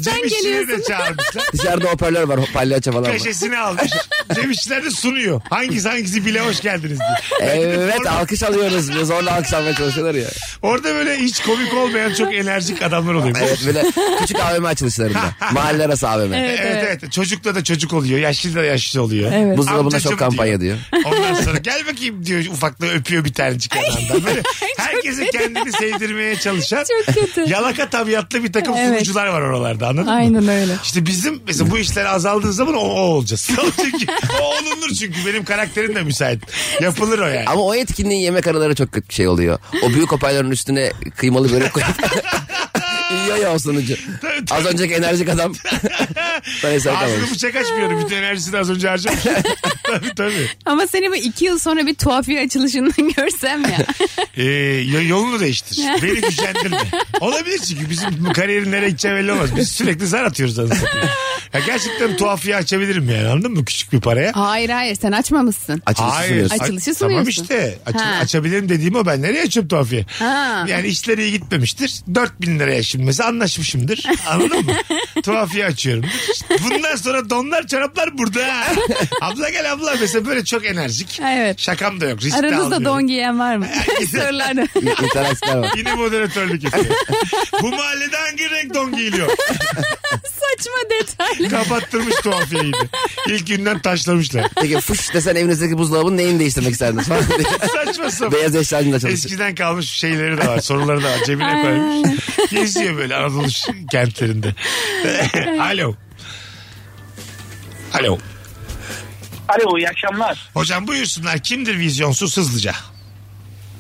Speaker 3: Cem İşçileri de çağırmışlar.
Speaker 5: Dışarıda hoparlör var palyaço falan var.
Speaker 3: Kaşesini almış. Cemişler de sunuyor. Hangisi hangisi bile hoş geldiniz diye.
Speaker 5: Evet alkış alıyoruz. Biz orada alkış almaya çalışıyorlar ya.
Speaker 3: Orada böyle hiç komik olmayan çok enerjik adamlar oluyor.
Speaker 5: Evet böyle küçük AVM açılışlarında. Mahalle arası AVM.
Speaker 3: Evet, evet Çocukla da çocuk oluyor. Yaşlı da yaşlı oluyor.
Speaker 4: Evet.
Speaker 5: Buzdolabına
Speaker 3: Amcacım
Speaker 5: çok kampanya diyor.
Speaker 3: Ondan sonra gel bakayım diyor ufaklığı öpüyor bir tanecik yanından. Böyle herkese kendini sevdirmeye çalışan
Speaker 4: Çok kötü.
Speaker 3: yalaka tabiatlı bir takım
Speaker 4: Evet.
Speaker 3: sunucular var oralarda anladın mı?
Speaker 4: Aynen öyle.
Speaker 3: İşte bizim mesela bu işler azaldığı zaman o, o olacağız. çünkü o olunur çünkü benim karakterim de müsait. Yapılır o yani.
Speaker 5: Ama o etkinliğin yemek araları çok kötü bir şey oluyor. O büyük hoparlörün üstüne kıymalı börek koyup... İyi oluyor ya o sonucu.
Speaker 3: Tabii, tabii.
Speaker 5: Az önceki enerjik adam. Ben hesap
Speaker 3: Ağzını
Speaker 5: kalmamış.
Speaker 3: bıçak açmıyorum. Bütün enerjisini az önce harcamış. tabii tabii.
Speaker 4: Ama seni bu iki yıl sonra bir tuhafiye açılışından görsem ya.
Speaker 3: Ee, yo- yolunu değiştir. Beni güçlendirme. Olabilir çünkü bizim bu kariyerin nereye gideceği belli olmaz. Biz sürekli zar atıyoruz anasını satayım. Ya gerçekten tuhafiye açabilirim yani anladın mı? Küçük bir paraya.
Speaker 4: Hayır hayır sen açmamışsın.
Speaker 5: Açılışı sunuyorsun.
Speaker 3: a-
Speaker 4: Açılışı
Speaker 3: Tamam
Speaker 4: sunuyorsun.
Speaker 3: işte. Açı-
Speaker 4: Ha.
Speaker 3: açabilirim dediğim o ben. Nereye açıyorum tuhafiye?
Speaker 4: Ha.
Speaker 3: Yani işler iyi gitmemiştir. 4000 liraya şimdi mesela anlaşmışımdır. Anladın mı? tuhafiye açıyorum. Bundan sonra donlar çoraplar burada. ha. abla gel abla mesela böyle çok enerjik.
Speaker 4: Evet.
Speaker 3: Şakam da yok. Risk de
Speaker 4: Aranızda
Speaker 3: almıyorum.
Speaker 4: don giyen var mı? Sorularda.
Speaker 5: İnternetler var.
Speaker 3: Yine moderatörlük yapıyor. Bu mahallede hangi renk don giyiliyor?
Speaker 4: Saçma detaylı.
Speaker 3: Kapattırmış tuhafiyeyi. de. İlk günden taşlamışlar.
Speaker 5: Peki fış desen evinizdeki buzdolabının neyini değiştirmek isterdiniz falan diye.
Speaker 3: Saçma sapan.
Speaker 5: Beyaz eşyancıyla çalışır.
Speaker 3: Eskiden kalmış şeyleri de var. Soruları da var. Cebine koymuş. Geziyor böyle Anadolu kentlerinde. Alo. Alo.
Speaker 8: Alo iyi akşamlar.
Speaker 3: Hocam buyursunlar. Kimdir vizyonsuz hızlıca?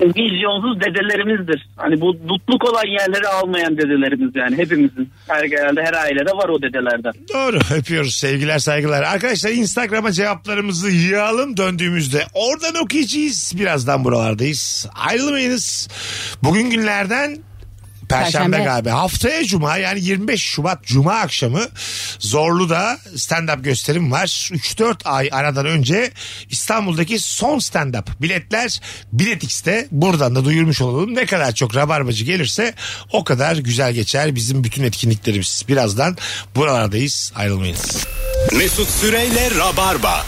Speaker 8: Vizyonsuz dedelerimizdir. Hani bu dutluk olan yerleri almayan dedelerimiz yani hepimizin. Her, herhalde her ailede var o dedelerden.
Speaker 3: Doğru. Öpüyoruz. Sevgiler saygılar. Arkadaşlar Instagram'a cevaplarımızı yığalım döndüğümüzde. Oradan okuyacağız. Birazdan buralardayız. Ayrılmayınız. Bugün günlerden Perşembe,
Speaker 4: Perşembe.
Speaker 3: galiba. Haftaya Cuma yani 25 Şubat Cuma akşamı Zorlu'da stand-up gösterim var. 3-4 ay aradan önce İstanbul'daki son stand-up biletler Bilet X'te. Buradan da duyurmuş olalım. Ne kadar çok rabarbacı gelirse o kadar güzel geçer bizim bütün etkinliklerimiz. Birazdan buralardayız ayrılmayınız.
Speaker 2: Mesut Süreyle Rabarba.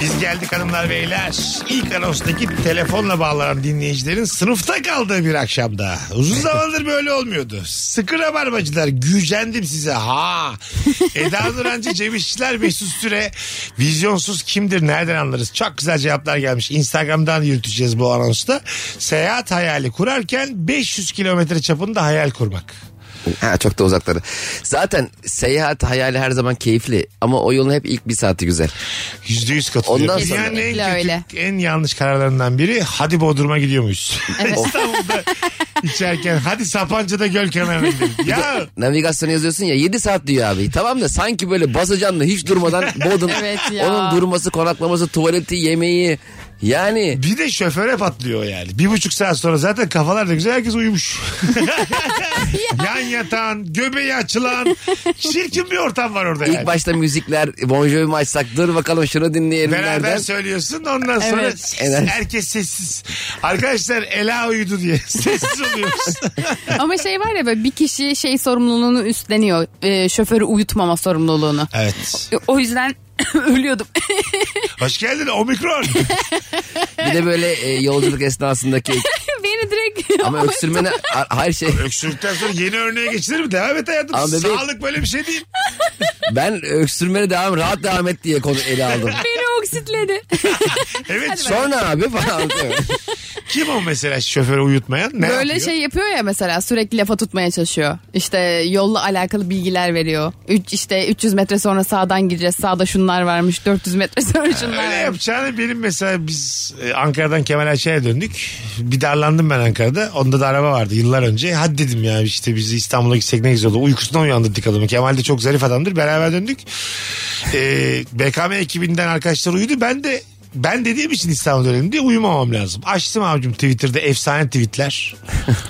Speaker 3: Biz geldik hanımlar beyler. İlk anonstaki telefonla bağlanan dinleyicilerin sınıfta kaldığı bir akşamda. Uzun zamandır böyle olmuyordu. Sıkı rabarbacılar gücendim size ha. Eda Nurancı, Cem İşçiler, Mesut Süre. Vizyonsuz kimdir nereden anlarız? Çok güzel cevaplar gelmiş. Instagram'dan yürüteceğiz bu anonsta. Seyahat hayali kurarken 500 kilometre çapında hayal kurmak.
Speaker 5: Ha, çok da uzakları. Zaten seyahat hayali her zaman keyifli ama o yolun hep ilk bir saati güzel.
Speaker 3: Yüzde yüz katılıyorum.
Speaker 5: Ondan sonra-
Speaker 3: Dünyanın en,
Speaker 4: Kesinlikle
Speaker 3: kötü,
Speaker 4: öyle.
Speaker 3: en yanlış kararlarından biri hadi Bodrum'a gidiyor muyuz? İstanbul'da içerken hadi Sapanca'da göl kenarına gidelim. Ya
Speaker 5: Navigasyonu yazıyorsun ya 7 saat diyor abi. Tamam da sanki böyle basacanla hiç durmadan bodun.
Speaker 4: Evet ya.
Speaker 5: Onun durması, konaklaması, tuvaleti, yemeği. Yani
Speaker 3: bir de şoföre patlıyor yani. Bir buçuk saat sonra zaten kafalar da güzel herkes uyumuş. Yan yatan, göbeği açılan çirkin bir ortam var orada
Speaker 5: ilk
Speaker 3: yani.
Speaker 5: başta müzikler, Bon Jovi mi açsak dur bakalım şunu dinleyelim
Speaker 3: Beraber
Speaker 5: nereden.
Speaker 3: söylüyorsun ondan sonra
Speaker 4: Evet.
Speaker 3: ses-
Speaker 5: Evet.
Speaker 3: herkes sessiz. Arkadaşlar Ela uyudu diye sessiz oluyoruz.
Speaker 4: Ama şey var ya böyle bir kişi şey sorumluluğunu üstleniyor. Ee, şoförü uyutmama sorumluluğunu.
Speaker 3: evet.
Speaker 4: O yüzden ölüyordum.
Speaker 3: Hoş geldin Omikron.
Speaker 5: Bir de böyle e, yolculuk esnasındaki
Speaker 4: Beni direkt
Speaker 5: ama öksürmene a- hayır şey
Speaker 3: Öksürükten sonra yeni örneğe geçilir mi? Devam et hayatım.
Speaker 5: Abi bebeğim-
Speaker 3: Sağlık böyle bir şey değil.
Speaker 5: ben öksürmene devam rahat devam et diye konu ele aldım.
Speaker 4: beni oksitledi.
Speaker 3: Evet.
Speaker 5: Sonra abi falan diyor.
Speaker 3: Kim o mesela şoförü uyutmayan? Ne
Speaker 4: Böyle
Speaker 3: yapıyor?
Speaker 4: şey yapıyor ya mesela sürekli lafa tutmaya çalışıyor. İşte yolla alakalı bilgiler veriyor. Üç, işte 300 metre sonra sağdan gireceğiz. Sağda şunlar varmış. 400 metre sonra şunlar
Speaker 3: Öyle
Speaker 4: varmış.
Speaker 3: yapacağını benim mesela biz e, Ankara'dan Kemal Ayşe'ye döndük. Bir darlandım ben Ankara'da. Onda da araba vardı yıllar önce. Hadi dedim ya işte biz İstanbul'a gitsek ne güzel olur. Uykusundan uyandırdık adamı. Kemal de çok zarif adamdır. Beraber döndük. E, BKM ekibinden arkadaşlar uyudu. Ben de ben dediğim için İstanbul'da öyleyim diye uyumamam lazım. Açtım abicim Twitter'da efsane tweetler.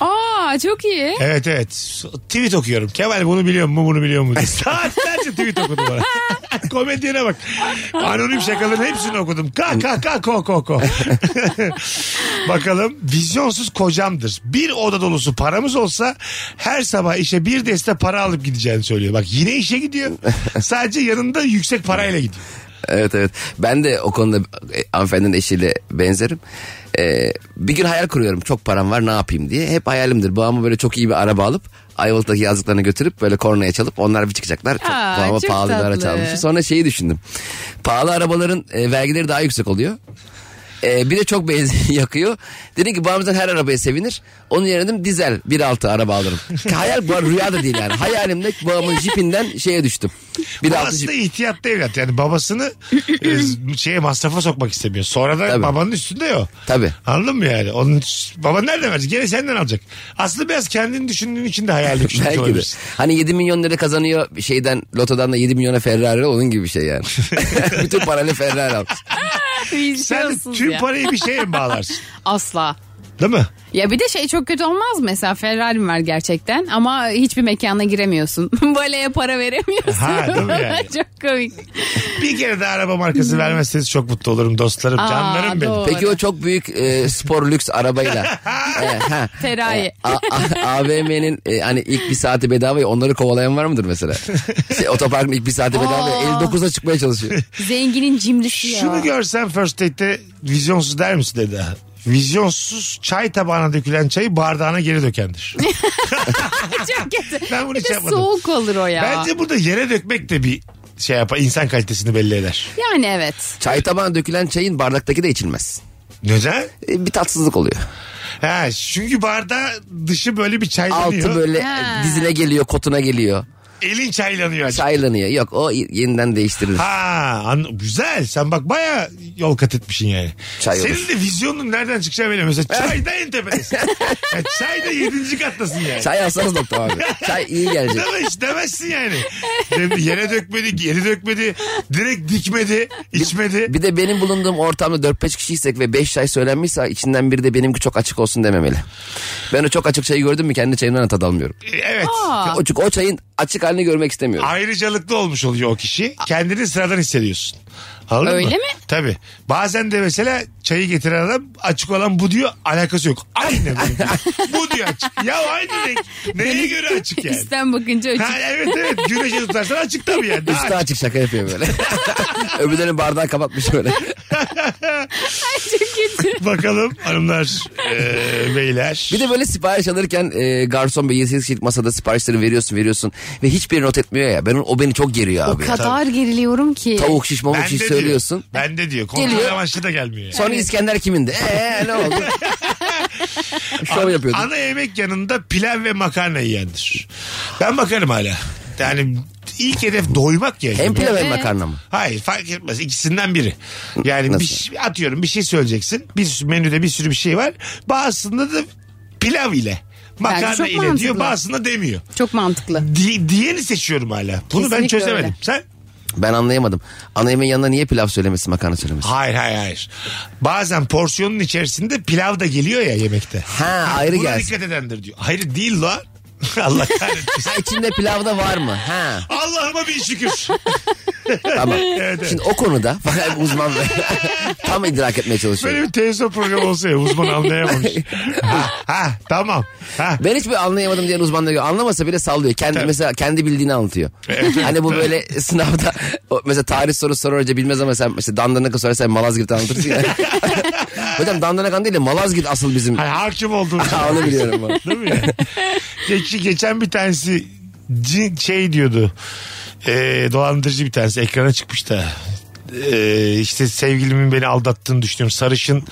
Speaker 4: Aa çok iyi.
Speaker 3: Evet evet. Tweet okuyorum. Kemal bunu biliyor mu bunu biliyor mu diye. Saatlerce tweet okudum bana. Komedyene bak. Anonim şakaların hepsini okudum. Ka ka ka ko ko ko. Bakalım vizyonsuz kocamdır. Bir oda dolusu paramız olsa her sabah işe bir deste para alıp gideceğini söylüyor. Bak yine işe gidiyor. Sadece yanında yüksek parayla gidiyor.
Speaker 5: Evet evet. Ben de o konuda e, hanımefendinin eşiyle benzerim. Ee, bir gün hayal kuruyorum çok param var ne yapayım diye. Hep hayalimdir. Babamı böyle çok iyi bir araba alıp Ayvalık'taki yazlıklarını götürüp böyle kornaya çalıp onlar bir çıkacaklar. Çok,
Speaker 4: Aa,
Speaker 5: babama
Speaker 4: çok
Speaker 5: pahalı bir araç
Speaker 4: tatlı.
Speaker 5: almışım. Sonra şeyi düşündüm. Pahalı arabaların e, vergileri daha yüksek oluyor. Ee, bir de çok benzin yakıyor. Dedim ki babamızdan her arabaya sevinir. Onun yerine dedim dizel 1.6 araba alırım. Ki Hayal bu arada rüya da değil yani. Hayalimde babamın jipinden şeye düştüm. 1.6
Speaker 3: Babası da
Speaker 5: jip.
Speaker 3: ihtiyatlı evlat yani babasını e, şeye masrafa sokmak istemiyor. Sonra da
Speaker 5: Tabii.
Speaker 3: babanın üstünde ya o.
Speaker 5: Tabii.
Speaker 3: Anladın mı yani? Onun baban nereden verecek? Gene senden alacak. Aslında biraz kendini düşündüğün için de hayal düşünmüş
Speaker 5: Belki de.
Speaker 3: olabilirsin.
Speaker 5: Hani 7 milyon lira kazanıyor şeyden lotodan da 7 milyona Ferrari onun gibi bir şey yani. Bütün parayla Ferrari almış.
Speaker 3: Sen de
Speaker 4: Vicdansız
Speaker 3: tüm
Speaker 4: ya.
Speaker 3: parayı bir şeye mi bağlarsın?
Speaker 4: Asla.
Speaker 3: Değil mi?
Speaker 4: Ya bir de şey çok kötü olmaz mı? mesela Ferrari'm var gerçekten ama hiçbir mekana giremiyorsun. Baleye para veremiyorsun.
Speaker 3: Ha, değil mi yani?
Speaker 4: çok komik.
Speaker 3: Bir kere de araba markası vermezseniz çok mutlu olurum dostlarım.
Speaker 4: Aa,
Speaker 3: canlarım benim.
Speaker 4: doğru.
Speaker 5: Peki o çok büyük e, spor lüks arabayla. E, ha.
Speaker 3: Ee,
Speaker 4: Ferrari.
Speaker 5: A- A- AVM'nin e, hani ilk bir saati bedava ya onları kovalayan var mıdır mesela? Şey, otoparkın ilk bir saati bedava ya,
Speaker 4: Aa.
Speaker 5: 59'a çıkmaya çalışıyor.
Speaker 4: Zenginin cimrisi ya.
Speaker 3: Şunu görsem first date'te vizyonsuz der misin dedi. Vizyonsuz çay tabağına dökülen çayı bardağına geri dökendir.
Speaker 4: çok kötü.
Speaker 3: Ben bunu
Speaker 4: Bir
Speaker 3: hiç
Speaker 4: de
Speaker 3: yapmadım.
Speaker 4: soğuk olur o ya.
Speaker 3: Bence burada yere dökmek de bir şey yapar. insan kalitesini belli eder.
Speaker 4: Yani evet.
Speaker 5: Çay tabağına dökülen çayın bardaktaki de içilmez.
Speaker 3: Neden?
Speaker 5: E, bir tatsızlık oluyor.
Speaker 3: Ha, çünkü bardağı dışı böyle bir çaylanıyor.
Speaker 5: Altı böyle
Speaker 4: Ha.
Speaker 5: e, dizine geliyor, kotuna geliyor.
Speaker 3: Elin çaylanıyor. acaba.
Speaker 5: Çaylanıyor. Yok o yeniden değiştirilir.
Speaker 3: Ha an- güzel. Sen bak baya yol kat etmişsin yani.
Speaker 5: Çay
Speaker 3: Senin
Speaker 5: olur.
Speaker 3: de vizyonun nereden çıkacağı belli. Mesela çayda en tepedesin. Ya çayda yedinci kattasın yani.
Speaker 5: Çay alsanız doktor abi. Çay iyi gelecek.
Speaker 3: Deme hiç demezsin yani. Dem- Yere dökmedi, geri dökmedi, direkt dikmedi, içmedi.
Speaker 5: Bir de benim bulunduğum ortamda 4-5 kişiysek ve 5 çay söylenmişse içinden biri de benimki çok açık olsun dememeli. Ben o çok açık çayı gördüm mü kendi çayımdan da tad almıyorum.
Speaker 3: E, Evet.
Speaker 4: Aa,
Speaker 5: O, çünkü o çayın açık halini görmek istemiyorum.
Speaker 3: Ayrıcalıklı olmuş oluyor o kişi. Kendini sıradan hissediyorsun. Anladın
Speaker 4: Öyle mi?
Speaker 3: Tabii. Bazen de mesela çayı getiren adam açık olan bu diyor alakası yok. Aynı bu. bu diyor açık. Ya aynı renk. Neye göre açık yani?
Speaker 4: üstten bakınca açık.
Speaker 3: Ha, evet evet güneşe tutarsan açık tabii yani. Daha
Speaker 5: Üstü açık şaka yapıyor böyle. Öbürlerini bardağı kapatmış böyle.
Speaker 3: açık. Bakalım hanımlar eee, beyler.
Speaker 5: Bir de böyle sipariş alırken e, garson bey 7 kişilik masada siparişleri veriyorsun veriyorsun ve hiçbiri not etmiyor ya. Ben o beni çok geriyor
Speaker 4: o
Speaker 5: abi. ya.
Speaker 4: kadar geriliyorum ki.
Speaker 5: Tavuk şiş mamuk şiş söylüyorsun.
Speaker 3: Diyor, ben de diyor. Kontrol
Speaker 5: Geliyor.
Speaker 3: amaçlı da gelmiyor.
Speaker 5: Sonra İskender kimindi? Eee ne oldu? Şov yapıyorduk.
Speaker 3: Ana yemek yanında pilav ve makarna yiyendir. Ben bakarım hala. Yani ilk hedef doymak ya.
Speaker 5: Hem
Speaker 3: Yemeğe.
Speaker 5: pilav hem makarna mı?
Speaker 3: Hayır fark etmez ikisinden biri. Yani
Speaker 5: Nasıl?
Speaker 3: bir, şey- atıyorum bir şey söyleyeceksin. Bir sürü- menüde bir sürü bir şey var. Bazısında da pilav ile makarna
Speaker 4: çok
Speaker 3: ile diyor
Speaker 4: mantıklı.
Speaker 3: bazısında demiyor.
Speaker 4: Çok mantıklı.
Speaker 3: Di, diyeni seçiyorum hala. Bunu ben
Speaker 4: Kesinlikle
Speaker 3: çözemedim.
Speaker 4: öyle.
Speaker 3: Sen?
Speaker 5: Ben anlayamadım. Ana yemeğin yanına niye pilav söylemesi makarna söylemesi?
Speaker 3: Hayır hayır hayır. Bazen porsiyonun içerisinde pilav da geliyor ya yemekte.
Speaker 5: Ha ayrı
Speaker 3: Buna
Speaker 5: gelsin.
Speaker 3: dikkat edendir diyor. Hayır değil lan. Allah kahretsin.
Speaker 5: Ha, içinde pilavda var mı? Ha
Speaker 3: Allah'ıma bir şükür.
Speaker 5: tamam.
Speaker 3: Evet, evet.
Speaker 5: Şimdi o konuda fakat uzman bey tam idrak etmeye
Speaker 3: Böyle
Speaker 5: çalışıyorum.
Speaker 3: bir televizyon programı olsa ya uzman anlayamamış. ha, ha, tamam. Ha.
Speaker 5: Ben hiçbir anlayamadım diyen uzmanlar diyor. Anlamasa bile sallıyor. Kendi mesela kendi bildiğini anlatıyor. hani bu böyle sınavda o mesela tarih sorusu sorar hoca bilmez ama sen mesela dandanakan sorarsan Malazgirt anlatırsın ya. Hocam dandanakan değil de Malazgirt asıl bizim.
Speaker 3: Hani hakim olduğum için.
Speaker 5: Ha, onu biliyorum ben.
Speaker 3: Değil mi? ya? Geç, geçen bir tanesi cin, şey diyordu. Ee, dolandırıcı bir tanesi ekrana çıkmış da. Ee, işte sevgilimin beni aldattığını düşünüyorum. Sarışın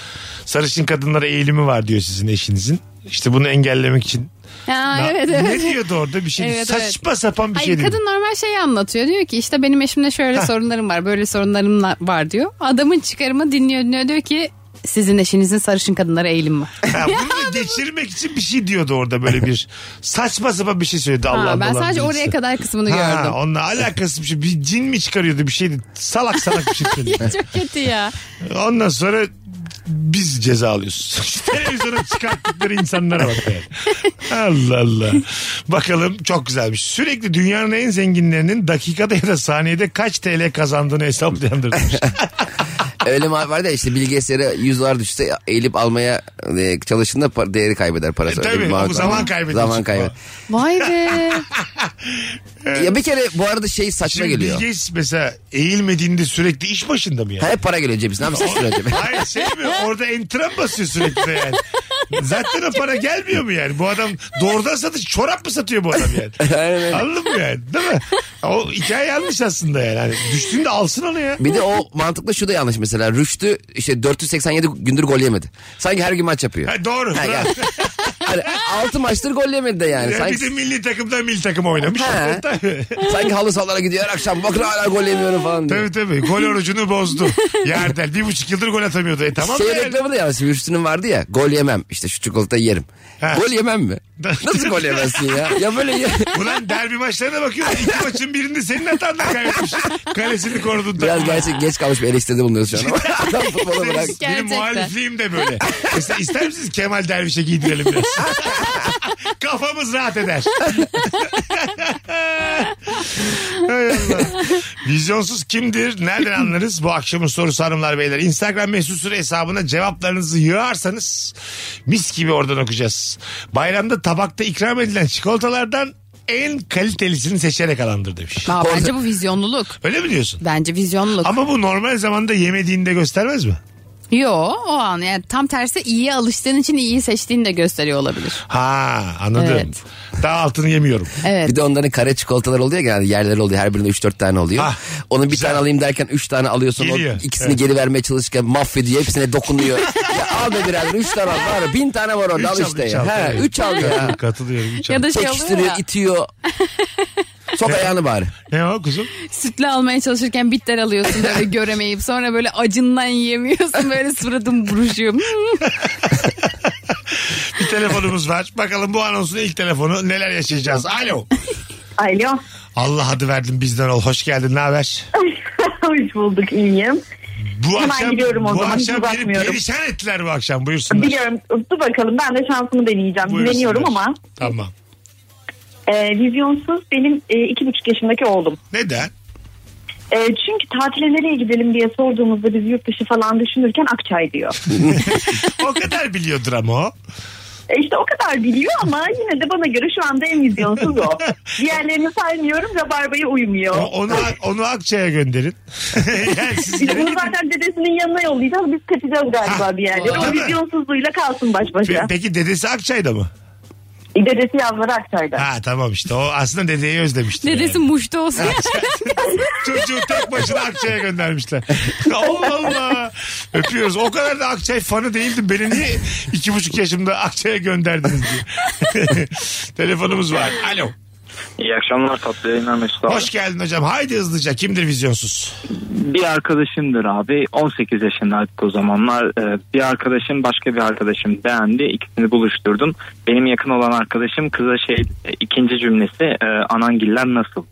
Speaker 3: sarışın kadınlara eğilimi var diyor sizin eşinizin. İşte bunu engellemek için.
Speaker 4: Ha,
Speaker 3: Na-
Speaker 4: evet
Speaker 3: ne
Speaker 4: evet.
Speaker 3: diyordu orada bir şey?
Speaker 4: Evet,
Speaker 3: Saçma sapan bir
Speaker 4: Hayır
Speaker 3: şey diyordu.
Speaker 4: kadın normal şeyi anlatıyor. Diyor ki işte benim eşimle şöyle sorunlarım var böyle sorunlarım la- var diyor. Adamın çıkarımı dinliyor dinliyor diyor ki sizin eşinizin sarışın kadınlara eğilim var.
Speaker 3: Ha, bunu da geçirmek için bir şey diyordu orada böyle bir saçma sapan bir şey söyledi
Speaker 4: Ha,
Speaker 3: Allah'ım.
Speaker 4: ben
Speaker 3: dolandırıcısı.
Speaker 4: sadece oraya kadar kısmını
Speaker 3: Ha,
Speaker 4: gördüm.
Speaker 3: onunla alakası bir şey. Bir cin mi çıkarıyordu bir şeydi. Salak salak bir şey söylüyor.
Speaker 4: Çok kötü ya.
Speaker 3: Ondan sonra biz ceza alıyoruz. Şu Televizyona çıkarttıkları insanlara bak yani. Allah Allah. Bakalım çok güzelmiş. Sürekli dünyanın en zenginlerinin dakikada ya da saniyede kaç TL kazandığını hesaplayandır. demiş.
Speaker 5: Öyle mi var da işte bilgi eseri 100 dolar düşse eğilip almaya e, çalışında pa- değeri kaybeder parası.
Speaker 3: E,
Speaker 5: Öyle
Speaker 3: tabii,
Speaker 5: bir muhabbet
Speaker 3: o zaman
Speaker 5: var.
Speaker 3: kaybediyor
Speaker 5: Zaman
Speaker 3: çünkü
Speaker 5: kaybeder.
Speaker 4: Vay be.
Speaker 5: Ya bir kere bu arada şey saçma
Speaker 3: Şimdi
Speaker 5: geliyor.
Speaker 3: Bilge mesela eğilmediğinde sürekli iş başında mı yani?
Speaker 5: Ha, hep para geliyor cebimizden. Ne yapıyorsun cebimizden?
Speaker 3: Hayır şey mi? Orada entran basıyor sürekli de yani. Zaten o para gelmiyor mu yani? Bu adam doğrudan satış çorap mı satıyor bu adam yani?
Speaker 5: Aynen.
Speaker 3: Anladın mı yani? Değil mi? O hikaye yanlış aslında yani. Hani düştüğünde alsın onu ya.
Speaker 5: Bir de o mantıkla şu da yanlış mesela. Rüştü işte 487 gündür gol yemedi. Sanki her gün maç yapıyor.
Speaker 3: Ha, doğru.
Speaker 5: Ha,
Speaker 3: Bravo.
Speaker 5: yani, hani 6 maçtır gol yemedi de yani.
Speaker 3: Ya bir de
Speaker 5: Sanki,
Speaker 3: milli takımda milli takım oynamış.
Speaker 5: He.
Speaker 3: Tabii.
Speaker 5: sanki halı sahalara gidiyor her akşam. Bakın hala gol yemiyorum falan diyor.
Speaker 3: Tabii tabii. Gol orucunu bozdu. Yerdel. Bir buçuk yıldır gol atamıyordu. E tamam
Speaker 5: şey
Speaker 3: da yani.
Speaker 5: reklamı da yanlış. Rüştü'nün vardı ya. Gol yemem. İşte şu çikolata yerim.
Speaker 3: Ha.
Speaker 5: Gol yemem mi? Nasıl gol yemezsin ya? Ya böyle ye-
Speaker 3: Ulan derbi maçlarına bakıyorum. İki maçın birinde senin hatanla kaybetmiş. Kalesini korudun. da.
Speaker 5: Biraz gerçek geç kalmış bir eleştiride bulunuyoruz şu an. ama. Adam futbola bırak.
Speaker 3: Benim
Speaker 4: Gerçekten.
Speaker 3: muhalifliğim de böyle. Mesela ister misiniz Kemal Derviş'e giydirelim biraz? Kafamız rahat eder. Hay Allah. Vizyonsuz kimdir? Nereden anlarız? Bu akşamın sorusu hanımlar beyler. Instagram mesut süre hesabına cevaplarınızı yığarsanız mis gibi oradan okuyacağız. Bayramda tabakta ikram edilen çikolatalardan en kalitelisini seçerek alandır demiş.
Speaker 4: Aa, bence bu vizyonluluk.
Speaker 3: Öyle mi diyorsun?
Speaker 4: Bence vizyonluluk.
Speaker 3: Ama bu normal zamanda yemediğinde göstermez mi?
Speaker 4: Yo o an yani tam tersi iyiye alıştığın için iyiyi seçtiğini de gösteriyor olabilir.
Speaker 3: Ha anladım.
Speaker 4: Evet.
Speaker 3: Daha altını yemiyorum.
Speaker 4: Evet.
Speaker 5: Bir de onların kare çikolatalar oluyor ya yani yerleri oluyor. Her birinde 3-4 tane oluyor.
Speaker 3: Ah,
Speaker 5: Onu bir tane alayım derken 3 tane alıyorsun. O
Speaker 3: Geliyor.
Speaker 5: ikisini
Speaker 3: Evet.
Speaker 5: geri vermeye çalışırken mahvediyor. Hepsine dokunuyor. ya al be birader 3 tane al. Var, 1000 tane var orada al
Speaker 3: Üç al,
Speaker 5: işte
Speaker 3: üç
Speaker 5: ya.
Speaker 3: al.
Speaker 5: He,
Speaker 3: Evet.
Speaker 5: 3 al ya.
Speaker 3: Katılıyorum, Katılıyorum. Üç
Speaker 4: Ya da şey oluyor
Speaker 5: Çekiştiriyor,
Speaker 4: ya,
Speaker 5: itiyor. Sok ayağını bari.
Speaker 3: Ne o kuzum?
Speaker 4: sütlü almaya çalışırken bitter alıyorsun böyle göremeyip sonra böyle acından yemiyorsun böyle suratın buruşuyor. Hmm.
Speaker 3: Bir telefonumuz var. Bakalım bu anonsun ilk telefonu neler yaşayacağız. Alo.
Speaker 6: Alo.
Speaker 3: Allah adı verdim bizden ol. Hoş geldin. Ne haber?
Speaker 6: Hoş bulduk iyiyim.
Speaker 3: Bu
Speaker 6: Hemen
Speaker 3: akşam,
Speaker 6: gidiyorum o
Speaker 3: bu
Speaker 6: zaman, hiç
Speaker 3: akşam beni
Speaker 6: uzatmıyorum.
Speaker 3: perişan ettiler bu akşam. Buyursunlar.
Speaker 6: Biliyorum dur bakalım ben de şansımı deneyeceğim.
Speaker 3: Buyursunlar.
Speaker 6: Güveniyorum ama
Speaker 3: Tamam.
Speaker 6: e, vizyonsuz benim e, iki buçuk yaşındaki oğlum.
Speaker 3: Neden?
Speaker 6: E, çünkü tatile nereye gidelim diye sorduğumuzda biz yurt dışı falan düşünürken Akçay diyor.
Speaker 3: O kadar biliyordur ama o.
Speaker 6: E, işte o kadar biliyor ama yine de bana göre şu anda en vizyonsuz o. Diğerlerini saymıyorum Rabarba'ya uymuyor.
Speaker 3: O- Onu, onu Akça'ya gönderin. yani siz
Speaker 6: Biz
Speaker 3: gene
Speaker 6: bunu
Speaker 3: gidin.
Speaker 6: zaten dedesinin yanına yollayacağız. Biz kaçacağız
Speaker 3: Ha.
Speaker 6: galiba bir yerlere.
Speaker 3: Değil
Speaker 6: O
Speaker 3: mi?
Speaker 6: vizyonsuzluğuyla kalsın baş başa.
Speaker 3: Pe- Peki dedesi Akçay'da mı?
Speaker 6: E, Dedesi yazları Akçay'da.
Speaker 3: Ha tamam işte o aslında dedeyi özlemiştir. yani.
Speaker 4: Dedesi muşta olsun.
Speaker 3: Çocuğu tek başına Akçay'a göndermişler. Allah Allah. Öpüyoruz. O kadar da Akçay fanı değildim. Beni niye iki buçuk yaşımda Akçay'a gönderdiniz diye. Telefonumuz var. Alo.
Speaker 9: İyi akşamlar tatlı yayınlar Mesut abi.
Speaker 3: Hoş geldin hocam. Haydi hızlıca. Kimdir vizyonsuz?
Speaker 9: Bir arkadaşımdır abi. 18 yaşındaydık o zamanlar. Ee, Bir arkadaşım başka bir arkadaşım beğendi. İkisini buluşturdum. Benim yakın olan arkadaşım kıza şey ikinci cümlesi e, anangiller nasıl?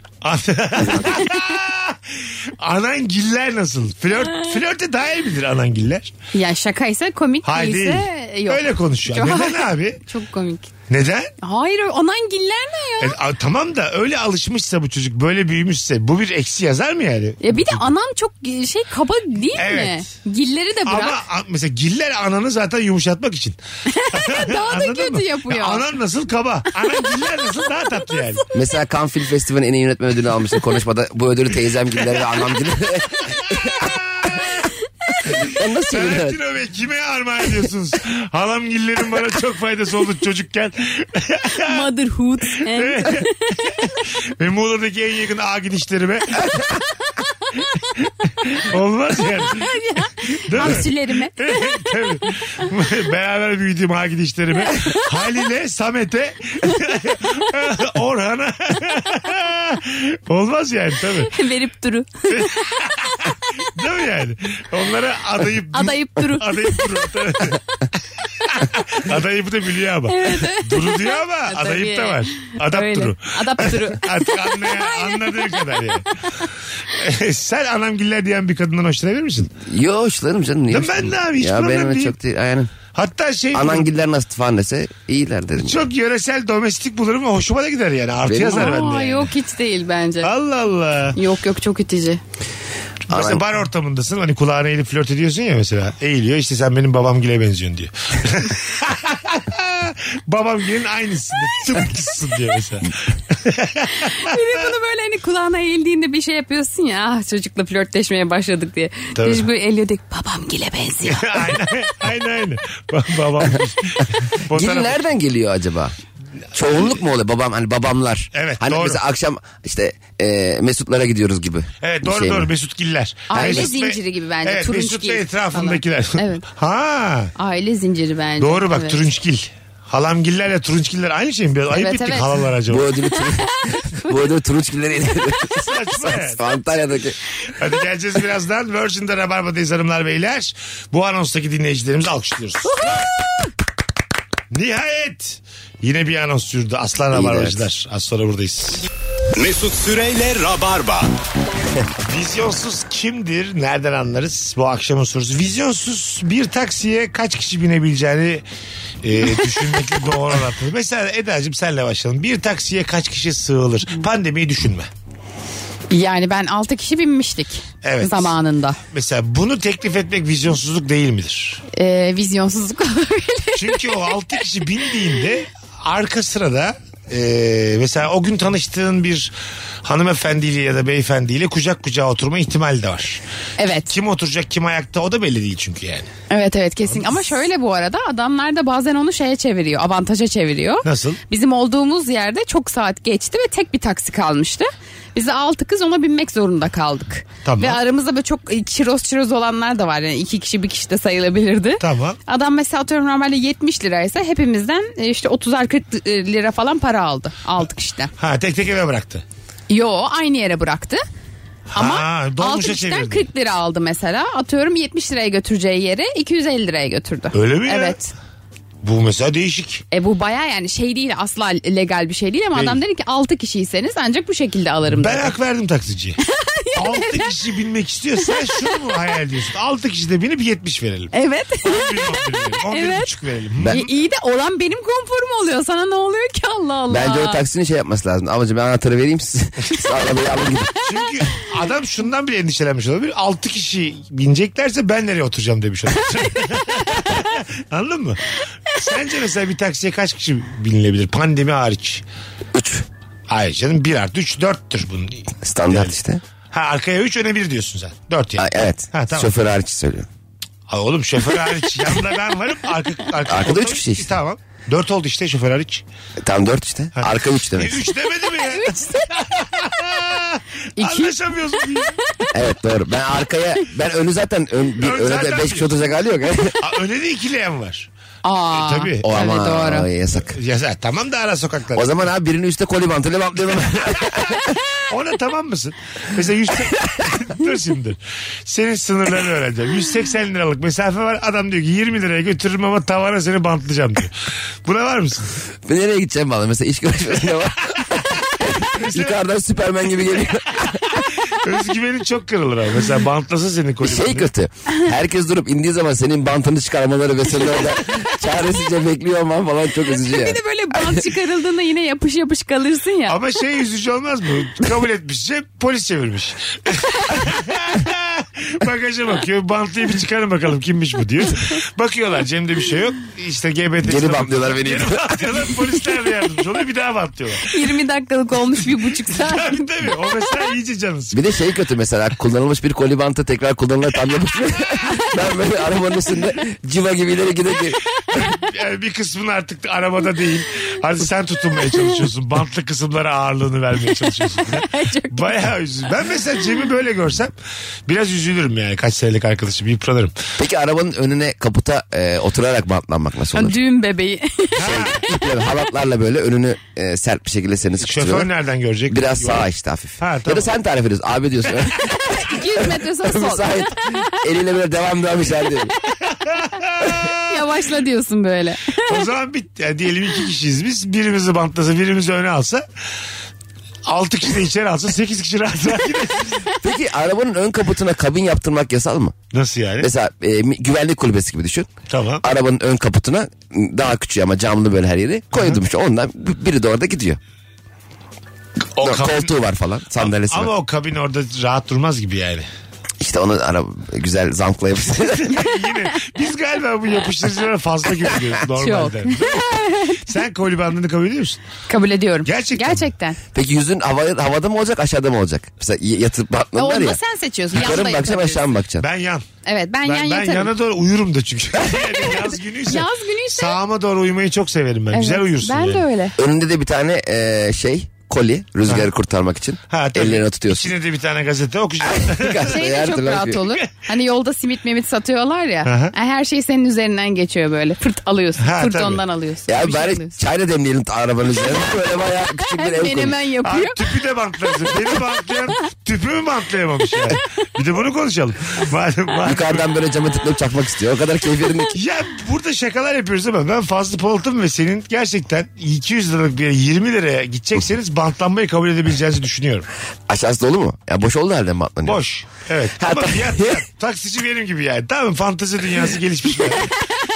Speaker 3: Anangiller nasıl? Flört, flörte dair midir anangiller?
Speaker 4: ya şakaysa komik
Speaker 3: Hayır
Speaker 4: değilse
Speaker 3: değil.
Speaker 4: yok.
Speaker 3: Öyle konuşuyor.
Speaker 4: Çok-
Speaker 3: Neden abi?
Speaker 4: Çok komik.
Speaker 3: Neden?
Speaker 4: Hayır anan giller ne ya?
Speaker 3: E, a- tamam da öyle alışmışsa bu çocuk böyle büyümüşse bu bir eksi yazar mı yani?
Speaker 4: Ya bir de anan çok şey kaba değil
Speaker 3: Evet.
Speaker 4: mi? Gilleri de bırak.
Speaker 3: Ama a- mesela giller ananı zaten yumuşatmak için.
Speaker 4: Daha da
Speaker 3: Anladın
Speaker 4: kötü
Speaker 3: mı?
Speaker 4: yapıyor.
Speaker 3: Ya anan nasıl kaba. Anan giller nasıl daha tatlı yani.
Speaker 5: Mesela Cannes Film Festivali'nin en iyi yönetmen ödülünü almıştı konuşmada. Bu ödülü teyzem giller ve anam giller. Ya Nasıl yürüdü? Evet.
Speaker 3: Tarantino Bey kime armağan ediyorsunuz? Halam gillerin bana çok faydası oldu çocukken.
Speaker 4: Motherhood.
Speaker 3: Ve Muğla'daki en yakın ağ gidişlerime. Olmaz yani. Değil mi?
Speaker 4: Kapsüllerimi.
Speaker 3: Tabii. Beraber büyüdüğüm ağ gidişlerime. Halil'e, Samet'e, Orhan'a. Olmaz yani tabii.
Speaker 4: Verip duru.
Speaker 3: Değil mi yani? Onlara adayıp...
Speaker 4: Adayıp duru.
Speaker 3: adayıp duruyor. tabii. adayıp da biliyor ama. Duru diyor ama adayıp da
Speaker 4: E, tabii.
Speaker 3: var. Adap
Speaker 4: Öyle.
Speaker 3: duru.
Speaker 4: Adap duru.
Speaker 3: Artık anlaya, anladığı kadar yani. E, Sen anamgiller diyen bir kadından hoşlanabilir misin?
Speaker 5: Yo hoşlanırım canım. Niye
Speaker 3: Ya ben de
Speaker 5: hoşlanırım?
Speaker 3: abi, hiç
Speaker 5: Ya
Speaker 3: problem
Speaker 5: benim öyle
Speaker 3: değil.
Speaker 5: çok değil. Aynen.
Speaker 3: Hatta şey
Speaker 5: Anangiller nasıl falan dese iyiler derim.
Speaker 3: çok yöresel domestik bulurum ve hoşuma da gider yani. Artı
Speaker 5: Benim-
Speaker 3: yazar bende.
Speaker 4: Aa,
Speaker 3: yani.
Speaker 4: yok hiç değil bence.
Speaker 3: Allah Allah.
Speaker 4: Yok yok çok itici.
Speaker 3: Mesela bar ortamındasın hani kulağına eğilip flört ediyorsun ya mesela. Eğiliyor işte sen benim babam benziyorsun diyor. babam gelin aynısını. Tıpkısın diyor mesela.
Speaker 4: Bir de bunu böyle hani kulağına eğildiğinde bir şey yapıyorsun ya. "Ah, Çocukla flörtleşmeye başladık diye.
Speaker 3: Tabii.
Speaker 4: Biz böyle el yedik. Babam gile benziyor.
Speaker 3: aynen aynen. aynen. Ba- babam.
Speaker 5: Gil
Speaker 3: Fotoğraf-
Speaker 5: nereden geliyor acaba? Çoğunluk mu oluyor babam hani babamlar?
Speaker 3: Evet,
Speaker 5: Hani
Speaker 3: doğru.
Speaker 5: mesela akşam işte e, Mesutlara gidiyoruz gibi.
Speaker 3: Evet
Speaker 5: Bir
Speaker 3: doğru
Speaker 5: şey mi?
Speaker 3: doğru Mesut Giller.
Speaker 4: Aile
Speaker 3: Mesut ve-
Speaker 4: zinciri gibi bence.
Speaker 3: Evet
Speaker 4: Turunç
Speaker 3: Mesut
Speaker 4: Gil
Speaker 3: ve etrafındakiler.
Speaker 4: falan. Evet.
Speaker 3: ha
Speaker 4: Aile zinciri bence.
Speaker 3: doğru bak
Speaker 4: Evet.
Speaker 3: Turunçgil. Halamgillerle Turunçgiller aynı şey mi? Biraz ayıp
Speaker 4: Evet,
Speaker 3: ettik
Speaker 4: evet.
Speaker 3: halalar acaba.
Speaker 5: Bu ödülü Tur- bu ödülü Turunçgiller'e
Speaker 3: Saçma yani.
Speaker 5: Antalya'daki.
Speaker 3: Hadi geleceğiz birazdan. Virgin'de Rabarba'dayız hanımlar beyler. Bu anonstaki dinleyicilerimizi alkışlıyoruz. Nihayet yine bir anons sürdü. Aslan Rabarbacılar. Az sonra buradayız.
Speaker 2: Mesut Süreyle Rabarba.
Speaker 3: Vizyonsuz kimdir? Nereden anlarız? Bu akşamın sorusu. Vizyonsuz bir taksiye kaç kişi binebileceğini e, düşünmekle doğru orantı. Mesela Eda'cığım senle başlayalım. Bir taksiye kaç kişi sığılır? Pandemiyi düşünme.
Speaker 4: Yani ben 6 kişi binmiştik.
Speaker 3: Evet.
Speaker 4: Zamanında.
Speaker 3: Mesela bunu teklif etmek vizyonsuzluk değil midir?
Speaker 4: Ee, vizyonsuzluk olabilir.
Speaker 3: Çünkü o 6 kişi bindiğinde arka sırada e, mesela o gün tanıştığın bir hanımefendiyle ya da beyefendiyle kucak kucağa oturma ihtimali de var.
Speaker 4: Evet.
Speaker 3: Kim oturacak kim ayakta o da belli değil çünkü yani.
Speaker 4: Evet evet kesin ama şöyle bu arada adamlar da bazen onu şeye çeviriyor avantaja çeviriyor.
Speaker 3: Nasıl?
Speaker 4: Bizim olduğumuz yerde çok saat geçti ve tek bir taksi kalmıştı. Biz de altı kız ona binmek zorunda kaldık.
Speaker 3: Tamam.
Speaker 4: Ve aramızda böyle çok e, çiroz çiroz olanlar da var. Yani iki kişi bir kişi de sayılabilirdi.
Speaker 3: Tamam.
Speaker 4: Adam mesela atıyorum normalde 70 liraysa hepimizden e, işte 30'ar 40 lira falan para aldı. 6 kişiden.
Speaker 3: Ha tek tek eve bıraktı.
Speaker 4: Yo aynı yere bıraktı. Ama
Speaker 3: Ha, dolmuşa
Speaker 4: 6 kişiden
Speaker 3: çevirdi.
Speaker 4: 40 lira aldı mesela. Atıyorum 70 liraya götüreceği yere 250 liraya götürdü.
Speaker 3: Öyle mi ya?
Speaker 4: Evet.
Speaker 3: Bu mesela değişik.
Speaker 4: E bu baya yani şey değil asla legal bir şey değil ama
Speaker 3: Değil.
Speaker 4: adam dedi ki 6 kişiyseniz ancak bu şekilde alırım
Speaker 3: Ben
Speaker 4: dedi.
Speaker 3: hak verdim taksiciye. 6 kişi binmek istiyor. Sen şunu mu hayal ediyorsun? 6 kişi de binip 70 verelim.
Speaker 4: Evet.
Speaker 3: 11, 11 verelim. 11
Speaker 4: Evet.
Speaker 3: buçuk verelim.
Speaker 5: Ben-
Speaker 4: iyi de olan benim konforum oluyor. Sana ne oluyor ki Allah Allah.
Speaker 5: Bence o taksinin şey yapması lazım. Amacım ben anahtarı vereyim size. Siz arabayı alın gidin.
Speaker 3: Çünkü adam şundan bile endişelenmiş olabilir. 6 kişi bineceklerse ben nereye oturacağım demiş olabilir. Anladın mı? Sence mesela bir taksiye kaç kişi binilebilir? Pandemi hariç.
Speaker 5: 3.
Speaker 3: Hayır canım 1 artı 3 4'tür bunun.
Speaker 5: Standart
Speaker 3: Yani.
Speaker 5: işte.
Speaker 3: Ha arkaya 3 öne 1 diyorsun sen. 4 yani.
Speaker 5: Ay, evet.
Speaker 3: Ha, tamam.
Speaker 5: Şoför hariç söylüyorum.
Speaker 3: Ha, oğlum şoför hariç. Yanında ben varım. Arka, arka,
Speaker 5: Arkada üç
Speaker 3: koltuğa-
Speaker 5: kişi işte.
Speaker 3: Tamam. 4 oldu işte şoför hariç.
Speaker 5: E, Tam 4 işte. Arka 3
Speaker 3: E,
Speaker 5: demek.
Speaker 3: 3 demedi mi ya?
Speaker 4: İki.
Speaker 3: Anlaşamıyorsun.
Speaker 5: evet doğru. Ben arkaya ben önü zaten ön, bir,
Speaker 3: Ön
Speaker 5: öne
Speaker 3: zaten
Speaker 5: de 5 kişi oturacak hali yok.
Speaker 3: Aa, öne de ikileyen var.
Speaker 4: Aa,
Speaker 3: E, tabii.
Speaker 5: o
Speaker 4: Tabii,
Speaker 5: ama
Speaker 4: doğru.
Speaker 5: o yasak.
Speaker 3: Ya, sen- tamam da ara sokaklar.
Speaker 5: O zaman abi birinin üstte koli bantıyla bantlayalım.
Speaker 3: Ona tamam mısın? Mesela 180... dur şimdi. dur. Senin sınırlarını öğreneceğim. 180 liralık mesafe var. Adam diyor ki 20 liraya götürürüm ama tavana seni bantlayacağım diyor. Buna var mısın?
Speaker 5: ben nereye gideceğim bana? Mesela iş görüşmesinde var. Yukarıdan Süpermen gibi geliyor.
Speaker 3: Özgüvenin çok kırılır ama. Mesela bantlasın seni
Speaker 5: Bir
Speaker 3: kocaman.
Speaker 5: şey kötü. Herkes durup indiği zaman senin bantını çıkarmaları ve seni orada çaresizce bekliyor olman falan çok üzücü yani.
Speaker 4: Bir de böyle bant çıkarıldığında yine yapış yapış kalırsın ya.
Speaker 3: Ama şey üzücü olmaz mı? Kabul etmiş şey polis çevirmiş. Bagaja bakıyor. Bantlıyı bir çıkarın bakalım kimmiş bu diyor. Bakıyorlar Cem'de bir şey yok. İşte GBT.
Speaker 5: Geri bantlıyorlar beni.
Speaker 3: Geri bantlıyorlar. Polisler de yardımcı oluyor. Bir daha bantlıyorlar.
Speaker 4: 20 dakikalık olmuş bir buçuk saat.
Speaker 3: Tabii tabii. O mesela iyice canı sıkıyor.
Speaker 5: Bir de şey kötü mesela kullanılmış bir koli bantı tekrar kullanılan tam yapışmıyor. ben böyle arabanın üstünde civa gibi ileri gideyim.
Speaker 3: Yani bir kısmını artık arabada değil. Hadi sen tutunmaya çalışıyorsun. Bantlı kısımlara ağırlığını vermeye çalışıyorsun. Bayağı üzüldüm. Ben mesela Cem'i böyle görsem biraz üzülürüm yani. Kaç senelik arkadaşım yıpranırım.
Speaker 5: Peki arabanın önüne kaputa e, oturarak bantlanmak nasıl olur?
Speaker 4: Düğün bebeği.
Speaker 5: İpleri halatlarla böyle önünü e, sert bir şekilde seni
Speaker 3: Şoför
Speaker 5: sıkıştırıyorlar.
Speaker 3: nereden görecek?
Speaker 5: Biraz
Speaker 3: Yol-
Speaker 5: sağa işte hafif.
Speaker 3: Ha,
Speaker 5: Ya
Speaker 3: tamam.
Speaker 5: da sen tarif ediyorsun. Abi diyorsun.
Speaker 4: 200 metre sonra sol.
Speaker 5: Müsait. Eliyle böyle devam devam şey işaret ediyor.
Speaker 4: Yavaşla diyorsun böyle.
Speaker 3: O zaman bir, yani diyelim iki kişiyiz biz. Birimizi bantlasa birimizi öne alsa. Altı kişi de içeri alsa sekiz kişi rahat rahat gider.
Speaker 5: Peki arabanın ön kaputuna kabin yaptırmak yasal mı?
Speaker 3: Nasıl yani?
Speaker 5: Mesela e, mi- güvenlik kulübesi gibi düşün.
Speaker 3: Tamam.
Speaker 5: Arabanın ön kaputuna m, daha küçük ama camlı böyle her yeri koydum işte. Ondan bi- biri de orada gidiyor.
Speaker 3: O
Speaker 5: Dört
Speaker 3: kabin-
Speaker 5: Koltuğu var falan sandalyesi
Speaker 3: Ama
Speaker 5: var.
Speaker 3: o kabin orada rahat durmaz gibi yani.
Speaker 5: İşte onu ara güzel zamklayabilirsin.
Speaker 3: Yine biz galiba bu yapıştırıcılara fazla güveniyoruz normalde. Sen kolibandını kabul ediyor musun?
Speaker 4: Kabul ediyorum.
Speaker 3: Gerçekten mi?
Speaker 4: Gerçekten.
Speaker 5: Peki yüzün hava, havada mı olacak aşağıda mı olacak? Mesela y- yatıp
Speaker 4: Ya
Speaker 5: bakmadılar
Speaker 4: Onu da
Speaker 5: ya.
Speaker 4: sen seçiyorsun.
Speaker 5: Yukarı
Speaker 4: Yanda
Speaker 5: mı bakacaksın
Speaker 4: yatabilirsin.
Speaker 5: aşağı mı bakacaksın?
Speaker 3: Ben yan.
Speaker 4: Evet ben,
Speaker 3: Ben,
Speaker 4: yan
Speaker 3: ben
Speaker 4: yatarım.
Speaker 3: yana doğru uyurum da çünkü. Yani yaz günüyse.
Speaker 4: Yaz günüyse-
Speaker 3: Sağıma doğru uyumayı çok severim ben.
Speaker 4: Evet,
Speaker 3: Güzel uyursun.
Speaker 4: Ben
Speaker 3: yani.
Speaker 4: de öyle.
Speaker 5: Önünde de bir tane e, şey koli rüzgarı kurtarmak için.
Speaker 3: Ha, tabii.
Speaker 5: Ellerine tutuyorsun.
Speaker 3: İçine de bir tane gazete okuyacağım.
Speaker 4: Şey de
Speaker 5: Her
Speaker 4: çok
Speaker 5: türlü
Speaker 4: rahat
Speaker 5: akıyor.
Speaker 4: olur. Hani yolda simit memit satıyorlar ya.
Speaker 3: Aha.
Speaker 4: Her şey senin üzerinden geçiyor böyle. Fırt alıyorsun.
Speaker 3: Ha,
Speaker 4: fırt
Speaker 3: tabii.
Speaker 4: ondan alıyorsun.
Speaker 5: Ya
Speaker 4: Bir şey
Speaker 5: bari
Speaker 4: alıyorsun.
Speaker 5: çayla demleyelim arabanın üzerine. Böyle bayağı küçük bir
Speaker 4: Hem
Speaker 5: ev koyun.
Speaker 4: menemen
Speaker 3: Abi
Speaker 4: yapıyor.
Speaker 3: tüpü de bantlasın. Beni bantlayan tüpü mü bantlayamamış yani? Bir de bunu konuşalım. Madem, madem-
Speaker 5: Yukarıdan böyle cama tıklayıp çakmak istiyor. O kadar keyif yerinde ki.
Speaker 3: Ya burada şakalar yapıyoruz ama ben Fazlı Polat'ım ve senin gerçekten 200 liralık bir yere 20 liraya gidecekseniz bantlanmayı kabul edebileceğinizi düşünüyorum.
Speaker 5: Aşağısı dolu mu? Ya boş oldu herhalde mi atlanıyor?
Speaker 3: Boş. Evet.
Speaker 5: Ha,
Speaker 3: Ama
Speaker 5: ta-
Speaker 3: fiyat- fiyat. taksici benim gibi yani. Tamam fantezi dünyası gelişmiş. bir adam.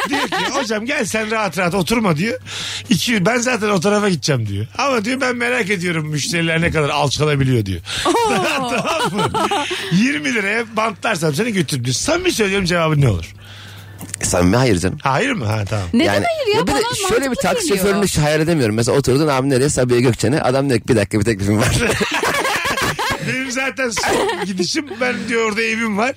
Speaker 3: diyor ki hocam gel sen rahat rahat oturma diyor. 200, ben zaten o tarafa gideceğim diyor. Ama diyor ben merak ediyorum müşteriler ne kadar alçalabiliyor diyor. tamam mı? 20 liraya bantlarsam seni götürürüm diyor. Samimi söylüyorum cevabı ne olur?
Speaker 5: E, samimi hayır canım.
Speaker 3: Hayır mı? Ha tamam.
Speaker 4: Neden hayır ya?
Speaker 5: bir de
Speaker 4: Bana
Speaker 5: şöyle bir
Speaker 4: mantıklı
Speaker 5: taksi
Speaker 4: geliyor.
Speaker 5: şoförünü hiç hayal edemiyorum. Mesela oturdun abi nereye Sabiha Gökçen'e. Adam diyor ki bir dakika bir teklifim var.
Speaker 3: Benim zaten son gidişim ben diyor orada evim var.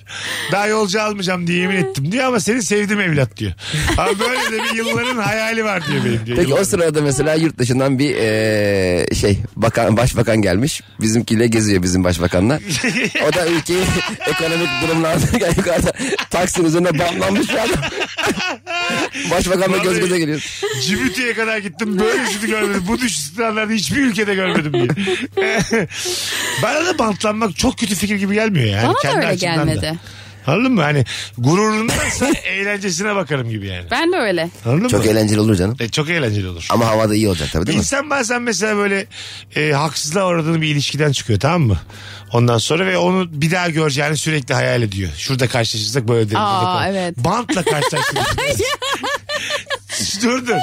Speaker 3: Daha yolcu almayacağım diye yemin ettim diyor ama seni sevdim evlat diyor. Ama böyle de bir yılların hayali var diyor benim diyor.
Speaker 5: Peki o
Speaker 3: Yılların.
Speaker 5: sırada mesela yurt dışından bir e, şey bakan başbakan gelmiş. Bizimkiyle geziyor bizim başbakanla. O da ülkeyi ekonomik durumlarda yukarıda taksinin üzerine bamlanmış bir adam. Başbakanla göz göze geliyor.
Speaker 3: Cibuti'ye kadar gittim böylesini görmedim. Bu düş standartı hiçbir ülkede görmedim diye. Bana da bantlanmak çok kötü fikir gibi gelmiyor yani.
Speaker 4: Bana da
Speaker 3: Kendi
Speaker 4: öyle
Speaker 3: açımdan da.
Speaker 4: gelmedi.
Speaker 3: Anladın mı? Hani gururundansa eğlencesine bakarım gibi yani.
Speaker 4: Ben de öyle.
Speaker 3: Anladın
Speaker 5: Çok
Speaker 3: mı?
Speaker 5: eğlenceli olur canım.
Speaker 3: E, çok eğlenceli olur.
Speaker 5: Ama havada iyi olacak tabii değil mi?
Speaker 3: İnsan bazen mesela böyle e, haksızlığa uğradığını bir ilişkiden çıkıyor tamam mı? Ondan sonra ve onu bir daha göreceğini sürekli hayal ediyor. Şurada karşılaşırsak böyle derim.
Speaker 4: Aa,
Speaker 3: Burada-
Speaker 4: evet.
Speaker 3: Bantla karşılaştırmış. dur dur.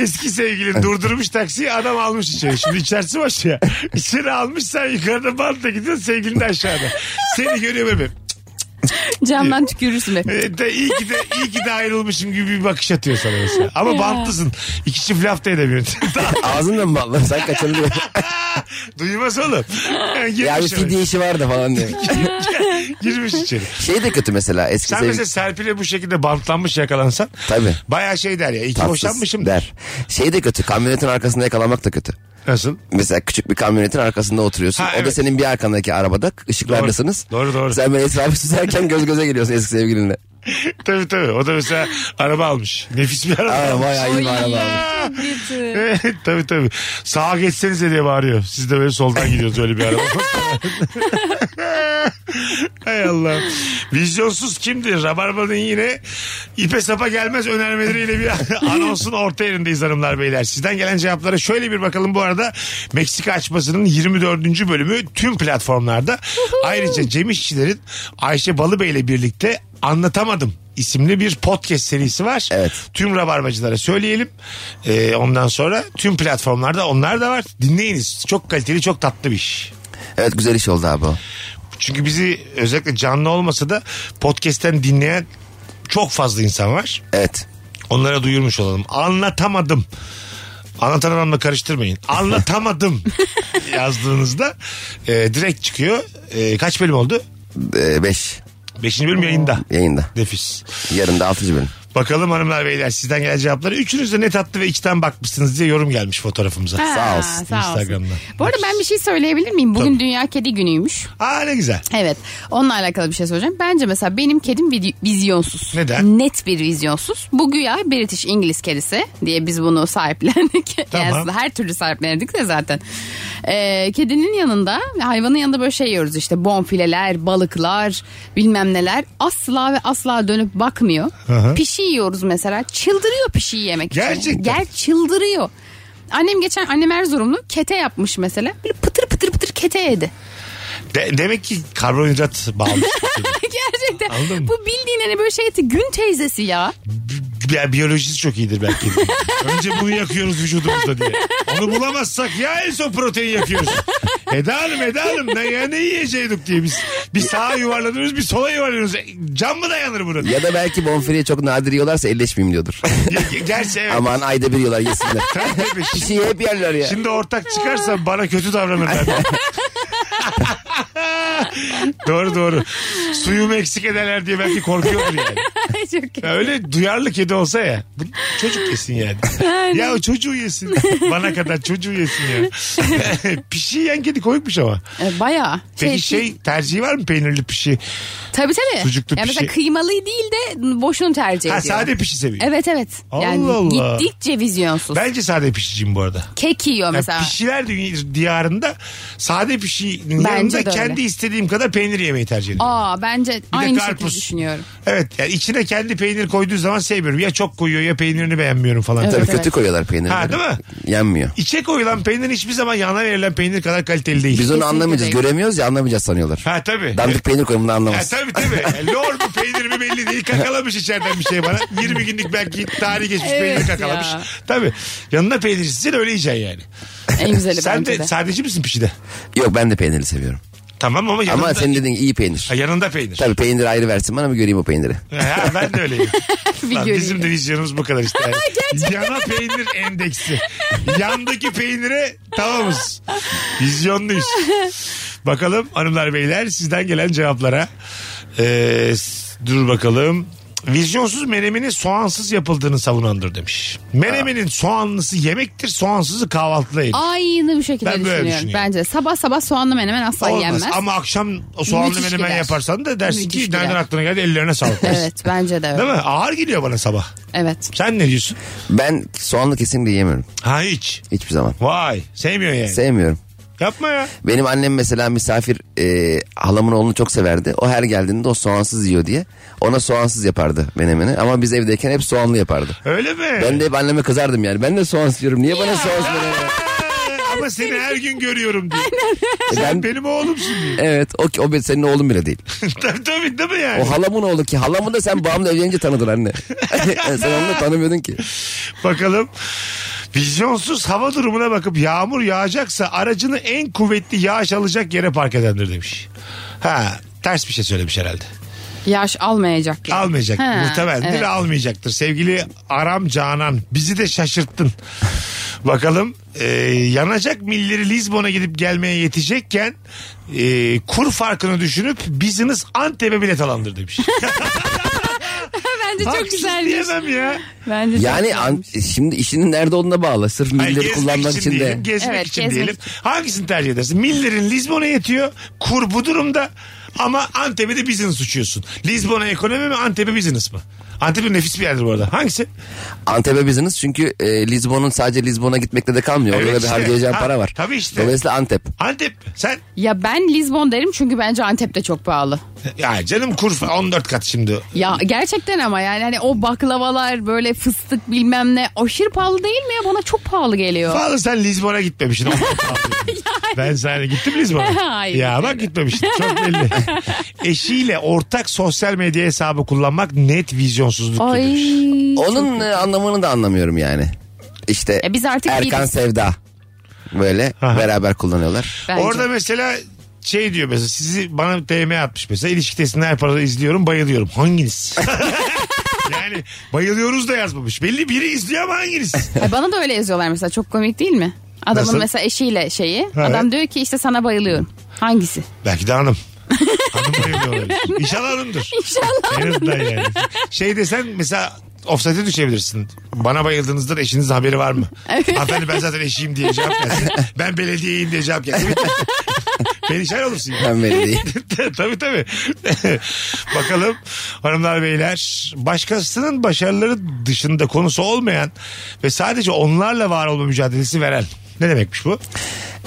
Speaker 3: Eski sevgilin durdurmuş taksiyi adam almış içeri. Şimdi içerisi boş ya. İçeri almış sen yukarıda bantla gidiyorsun sevgilin de aşağıda. Seni görüyor bebeğim.
Speaker 4: Camdan tükürürsün hep.
Speaker 3: E, de, iyi ki de iyi ki de ayrılmışım gibi bir bakış atıyor sana mesela. Ama bantlısın. İki çift laf da edemiyorsun.
Speaker 5: Ağzınla mı bağlı? Sen kaçırılıyor.
Speaker 3: Duymaz oğlum. Girmiş,
Speaker 5: ya bir
Speaker 3: hemen.
Speaker 5: fidye işi vardı falan diye.
Speaker 3: Girmiş içeri.
Speaker 5: Şey de kötü mesela eski
Speaker 3: Sen
Speaker 5: sevgili-
Speaker 3: mesela Serpil'e bu şekilde bantlanmış yakalansan.
Speaker 5: Tabii.
Speaker 3: Bayağı şey der ya. İki
Speaker 5: Tatsız
Speaker 3: boşanmışım der.
Speaker 5: der. Şey de kötü kamyonetin arkasında yakalanmak da kötü.
Speaker 3: Nasıl?
Speaker 5: Mesela küçük bir kamyonetin arkasında oturuyorsun.
Speaker 3: Ha,
Speaker 5: O da
Speaker 3: evet.
Speaker 5: senin bir arkandaki arabada ışıklardasınız.
Speaker 3: Doğru, doğru.
Speaker 5: Sen böyle etrafı süzerken göz göze geliyorsun eski sevgilinle.
Speaker 3: tabii tabii. O da mesela araba almış. Nefis bir araba.
Speaker 5: Aa,
Speaker 3: almış.
Speaker 5: bayağı iyi bir araba aldın.
Speaker 3: Evet, tabii tabii. Sağa geçsenize diye bağırıyor. Siz de böyle soldan gidiyorsunuz öyle bir araba. Hay Allah. Vizyonsuz kimdir? Rabarba'nın yine ipe sapa gelmez önermeleriyle bir anonsun orta yerindeyiz hanımlar beyler. Sizden gelen cevaplara şöyle bir bakalım bu arada. Meksika açmasının 24. bölümü tüm platformlarda. Ayrıca Cem İşçilerin Ayşe Balıbey ile birlikte Anlatamadım isimli bir podcast serisi var.
Speaker 5: Evet.
Speaker 3: Tüm rabarbacılara söyleyelim. Ee, ondan sonra tüm platformlarda onlar da var. Dinleyiniz. Çok kaliteli, çok tatlı bir iş.
Speaker 5: Evet güzel iş oldu abi o.
Speaker 3: Çünkü bizi özellikle canlı olmasa da podcast'ten dinleyen çok fazla insan var.
Speaker 5: Evet.
Speaker 3: Onlara duyurmuş olalım. Anlatamadım. Anlatan adamla karıştırmayın. Anlatamadım yazdığınızda e, direkt çıkıyor. E, kaç bölüm oldu?
Speaker 5: 5
Speaker 3: Beşinci bölüm yayında.
Speaker 5: e, yayında.
Speaker 3: Nefis.
Speaker 5: Yarın da 6. bölüm.
Speaker 3: Bakalım hanımlar beyler sizden gelen cevapları. Üçünüz de ne tatlı ve içten bakmışsınız diye yorum gelmiş fotoğrafımıza.
Speaker 4: Ha,
Speaker 5: Sağ olsun,
Speaker 3: Instagram'dan.
Speaker 4: Bu arada ben bir şey söyleyebilir miyim? Bugün Dünya Kedi Günü'ymüş.
Speaker 3: Aa ne güzel.
Speaker 4: Evet. Onunla alakalı bir şey söyleyeceğim. Bence mesela benim kedim vidi- vizyonsuz.
Speaker 3: Neden?
Speaker 4: Net bir vizyonsuz. Bu güya British İngiliz kedisi diye biz bunu sahiplendik.
Speaker 3: Tamam.
Speaker 4: Yani her türlü sahiplendik de zaten. Ee, kedinin yanında, hayvanın yanında böyle şey yiyoruz işte. Bonfileler, balıklar, bilmem neler. Asla ve asla dönüp bakmıyor.
Speaker 3: hı.
Speaker 4: Pişi yiyoruz mesela. Çıldırıyor pişi yemek için.
Speaker 3: Gerçekten.
Speaker 4: Gel çıldırıyor. Annem geçen annem Erzurumlu kete yapmış mesela. Böyle pıtır pıtır pıtır kete yedi.
Speaker 3: De- demek ki karbonhidrat bağlı.
Speaker 4: Gerçekten.
Speaker 3: Anladın mı?
Speaker 4: Bu bildiğin hani böyle şey eti gün teyzesi ya.
Speaker 3: bi- biyolojisi çok iyidir belki. de. Önce bunu yakıyoruz vücudumuzda diye. Onu bulamazsak ya en son protein yakıyoruz. Eda Hanım Eda Hanım ne, ya ne yiyeceydik diye biz. Bir sağa yuvarlanıyoruz bir sola yuvarlanıyoruz. E, Can mı dayanır buna? diye.
Speaker 5: Ya da belki bonfileye çok nadir yiyorlarsa elleşmeyeyim diyordur.
Speaker 3: Ge- Gerçi evet.
Speaker 5: Aman ayda bir yiyorlar yesinler.
Speaker 3: Tabii, tabii. Şimdi-
Speaker 5: Kişiyi hep yerler ya.
Speaker 3: şey- Şimdi ortak çıkarsa bana kötü davranırlar. doğru doğru. Suyumu eksik ederler diye belki korkuyordur yani.
Speaker 4: Çok
Speaker 3: Ya öyle duyarlı kedi olsa ya. Bu çocuk yesin yani. Ya o çocuğu yesin. Bana kadar çocuğu yesin ya. pişi yiyen kedi koyukmuş ama.
Speaker 4: iyi. Baya.
Speaker 3: Peki şey tercihi var mı peynirli pişi?
Speaker 4: Tabii tabii.
Speaker 3: Sucuklu
Speaker 4: yani mesela
Speaker 3: pişi-
Speaker 4: kıymalı değil de boşunu tercih
Speaker 3: Ha
Speaker 4: ediyor.
Speaker 3: sade pişi seviyor.
Speaker 4: Şey Evet evet. yani
Speaker 3: Allah Allah.
Speaker 4: gittikçe vizyonsuz.
Speaker 3: Bence sade pişiciyim bu arada.
Speaker 4: Kek yiyor
Speaker 3: Yani
Speaker 4: mesela.
Speaker 3: pişiler dünya- diyarında sade pişinin
Speaker 4: Bence
Speaker 3: yanında
Speaker 4: de öyle.
Speaker 3: kendi istediğim kadar peynir yemeyi tercih ediyorum.
Speaker 4: Aa bence
Speaker 3: Bir de
Speaker 4: aynı şekilde
Speaker 3: karpuz.
Speaker 4: düşünüyorum.
Speaker 3: Evet yani içine kendi peynir koyduğu zaman sevmiyorum. Ya çok koyuyor ya peynirini beğenmiyorum falan.
Speaker 4: Evet.
Speaker 5: Tabii kötü koyuyorlar peynirleri.
Speaker 3: Ha, değil mi?
Speaker 5: Yenmiyor.
Speaker 3: İçe koyulan peynir hiçbir zaman yana verilen peynir kadar kaliteli değil.
Speaker 5: Biz onu anlamayacağız.
Speaker 4: değil.
Speaker 5: Göremiyoruz ya anlamayacağız sanıyorlar.
Speaker 3: Ha tabii.
Speaker 5: Dandik peynir koyumunu
Speaker 3: Ha,
Speaker 5: anlamaz.
Speaker 3: E, tabii tabii. Yani Lor mu peynir mi belli değil. Kakalamış içeriden bir şey bana. 20 günlük belki tarih geçmiş
Speaker 4: Evet
Speaker 3: peynir kakalamış.
Speaker 4: ya.
Speaker 3: Tabii. Yanına peynir istesen öyle yiyeceksin yani.
Speaker 4: En güzeli
Speaker 3: Sen
Speaker 4: bence
Speaker 3: de,
Speaker 4: de.
Speaker 3: sadece misin pişide?
Speaker 5: Yok ben de peynirli seviyorum.
Speaker 3: Tamam ama yanında,
Speaker 5: Ama senin dediğin iyi peynir.
Speaker 3: Ha, yanında peynir.
Speaker 5: Tabii peynir ayrı versin bana bir göreyim o peyniri.
Speaker 3: Ha, ben de öyleyim.
Speaker 4: Bir
Speaker 3: Lan
Speaker 4: göreyim.
Speaker 3: bizim de vizyonumuz bu kadar işte. Yani. Yana peynir endeksi. Yandaki peynire tamamız. Vizyonluyuz. Bakalım hanımlar beyler sizden gelen cevaplara. Ee, s- dur bakalım. Vizyonsuz menemini soğansız yapıldığını savunandır demiş. Menemenin soğanlısı yemektir, soğansızı kahvaltıda yenir.
Speaker 4: Aynı bu şekilde
Speaker 3: Ben böyle
Speaker 4: düşünüyorum.
Speaker 3: düşünüyorum.
Speaker 4: Bence sabah sabah soğanlı menemen asla
Speaker 3: Olmaz.
Speaker 4: yenmez.
Speaker 3: Ama akşam o soğanlı
Speaker 4: Müthiş
Speaker 3: menemen
Speaker 4: gider.
Speaker 3: yaparsan da dersin
Speaker 4: Müthiş
Speaker 3: ki nereden
Speaker 4: gider.
Speaker 3: aklına geldi ellerine sağlık. dersin.
Speaker 4: Evet bence de öyle.
Speaker 3: Değil mi? Ağır geliyor bana sabah.
Speaker 4: Evet.
Speaker 3: Sen ne diyorsun?
Speaker 5: Ben soğanlı kesinlikle yemiyorum.
Speaker 3: Ha hiç.
Speaker 5: Hiçbir zaman.
Speaker 3: Vay sevmiyor yani.
Speaker 5: Sevmiyorum.
Speaker 3: Yapma ya.
Speaker 5: Benim annem mesela misafir e, halamın oğlunu çok severdi. O her geldiğinde o soğansız yiyor diye. Ona soğansız yapardı menemeni. Ama biz evdeyken hep soğanlı yapardı.
Speaker 3: Öyle mi?
Speaker 5: Ben de hep anneme kızardım yani. Ben de soğansız yiyorum. Niye bana soğansız menemen?
Speaker 3: Aa, Ama seni her gün görüyorum diye.
Speaker 5: E
Speaker 3: Sen
Speaker 5: ben,
Speaker 3: benim oğlumsun diye.
Speaker 5: evet o, o be- senin oğlun bile değil.
Speaker 3: tabii tabii değil mi yani?
Speaker 5: O halamın oğlu ki. Halamı da sen babamla evlenince tanıdın anne. sen onu da tanımıyordun ki.
Speaker 3: Bakalım. Vizyonsuz hava durumuna bakıp yağmur yağacaksa aracını en kuvvetli yağış alacak yere park edendir demiş. Ha ters bir şey söylemiş herhalde.
Speaker 4: Yaş almayacak. yani.
Speaker 3: Almayacak.
Speaker 4: Ha,
Speaker 3: Muhtemelendir
Speaker 4: evet.
Speaker 3: almayacaktır. Sevgili Aram Canan bizi de şaşırttın. Bakalım e, yanacak milleri Lisbon'a gidip gelmeye yetecekken e, kur farkını düşünüp biziniz Antep'e bilet alandır demiş.
Speaker 4: Bence çok
Speaker 3: Haksız
Speaker 4: güzelmiş.
Speaker 3: diyemem ya.
Speaker 4: Bence çok
Speaker 5: Yani
Speaker 4: güzelmiş.
Speaker 5: an- e, şimdi işinin nerede olduğuna bağlı. Sırf
Speaker 3: Hayır,
Speaker 5: milleri
Speaker 3: gezmek
Speaker 5: kullanmak
Speaker 3: için,
Speaker 5: için de.
Speaker 3: diyelim, gezmek
Speaker 4: Evet,
Speaker 3: için
Speaker 4: gezmek
Speaker 3: diyelim. Hangisini tercih edersin? Millerin Lisbon'a yetiyor. Kur bu durumda. Ama Antep'e de business uçuyorsun. Lisbon'a ekonomi mi Antep'e business mı? Antep'in nefis bir yerdir bu arada. Hangisi?
Speaker 5: Antep'e biziniz çünkü e, Lizbon'un sadece Lizbon'a gitmekle de kalmıyor.
Speaker 3: Evet
Speaker 5: Orada da
Speaker 3: işte.
Speaker 5: bir harcayacağın
Speaker 3: Ha,
Speaker 5: para var.
Speaker 3: tabii işte.
Speaker 5: Dolayısıyla Antep.
Speaker 3: Antep mi? Sen?
Speaker 4: Ya ben Lizbon derim çünkü bence Antep'te çok pahalı.
Speaker 3: Ya canım kur fa- 14 kat şimdi.
Speaker 4: Ya gerçekten ama yani hani o baklavalar böyle fıstık bilmem ne aşırı pahalı değil mi ya? Bana çok pahalı geliyor.
Speaker 3: Pahalı sen Lisbon'a gitmemişsin. Ondan pahalı. ben sana gittim Lisbon'a.
Speaker 4: Hayır.
Speaker 3: ya bak gitmemişsin. Çok belli. Eşiyle ortak sosyal medya hesabı kullanmak net vizyonsuzluktur
Speaker 4: Ay.
Speaker 3: demiş.
Speaker 5: Onun e, anlamını da anlamıyorum yani. İşte
Speaker 4: E biz artık
Speaker 5: Erkan
Speaker 4: iyiyiz.
Speaker 5: Sevda böyle
Speaker 3: Aha.
Speaker 5: beraber kullanıyorlar.
Speaker 4: Bence.
Speaker 3: Orada mesela şey diyor mesela sizi bana DM atmış mesela ilişkidesinde her parada izliyorum bayılıyorum. Hanginiz? yani bayılıyoruz da yazmamış. Belli biri izliyor ama hanginiz?
Speaker 4: Ay, bana da öyle yazıyorlar mesela çok komik değil mi? Adamın
Speaker 3: Nasıl?
Speaker 4: mesela eşiyle şeyi.
Speaker 3: Evet.
Speaker 4: Adam diyor ki işte sana bayılıyorum. Hangisi?
Speaker 3: Belki de hanım. Hanım bayılıyor olabilir. İnşallah hanımdır.
Speaker 4: İnşallah.
Speaker 3: En azından yani. Şey desen mesela ofsayte düşebilirsin. Bana bayıldığınızda da eşinizin haberi var mı? Hanımefendi ben zaten eşiyim diye cevap gelsin. Ben belediyeyim diye cevap gelsin. Perişan olursun. yani.
Speaker 5: Ben belli değil.
Speaker 3: tabii tabii. Bakalım hanımlar beyler başkasının başarıları dışında konusu olmayan ve sadece onlarla var olma mücadelesi veren ne demekmiş bu?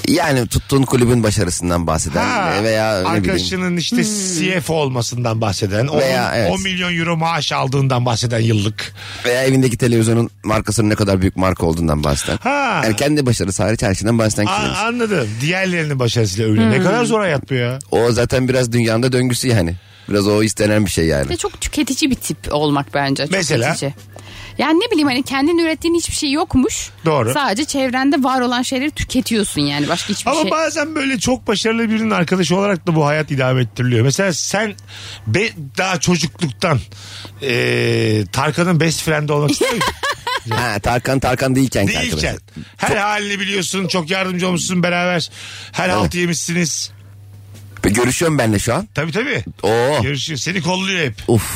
Speaker 5: Yani tuttuğun kulübün başarısından bahseden
Speaker 3: Ha,
Speaker 5: e, veya ne bileyim.
Speaker 3: arkadaşının işte CFO olmasından bahseden, on-
Speaker 5: Veya, evet.
Speaker 3: 10 milyon euro maaş aldığından bahseden yıllık.
Speaker 5: Veya evindeki televizyonun markasının ne kadar büyük marka olduğundan bahseden.
Speaker 3: Ha.
Speaker 5: Yani kendi başarısı hariç her şeyden bahseden
Speaker 3: A-
Speaker 5: kişiler.
Speaker 3: anladım. Diğerlerinin başarısıyla öyle. Ne kadar zor hayat bu ya.
Speaker 5: O zaten biraz dünyanın da döngüsü yani. Biraz o istenen bir şey yani.
Speaker 4: Ve çok tüketici bir tip olmak bence. Çok
Speaker 3: Mesela?
Speaker 4: Tüketici. Yani ne bileyim hani kendin ürettiğin hiçbir şey yokmuş.
Speaker 3: Doğru.
Speaker 4: Sadece çevrende var olan şeyleri tüketiyorsun yani başka hiçbir
Speaker 3: Ama
Speaker 4: şey.
Speaker 3: bazen böyle çok başarılı birinin arkadaşı olarak da bu hayat idame ettiriliyor. Mesela sen be, daha çocukluktan eee Tarkan'ın best friend'i olmak istiyor musun?
Speaker 5: Ha, Tarkan Tarkan değilken ki
Speaker 3: Değilken.
Speaker 5: arkadaşlar.
Speaker 3: Her halini biliyorsun. Çok yardımcı olmuşsun beraber. Her halt yemişsiniz.
Speaker 5: Ve Görüşüyorum benle şu an.
Speaker 3: Tabii tabii.
Speaker 5: Oo.
Speaker 3: Görüşüyor. Seni kolluyor hep.
Speaker 5: Uf.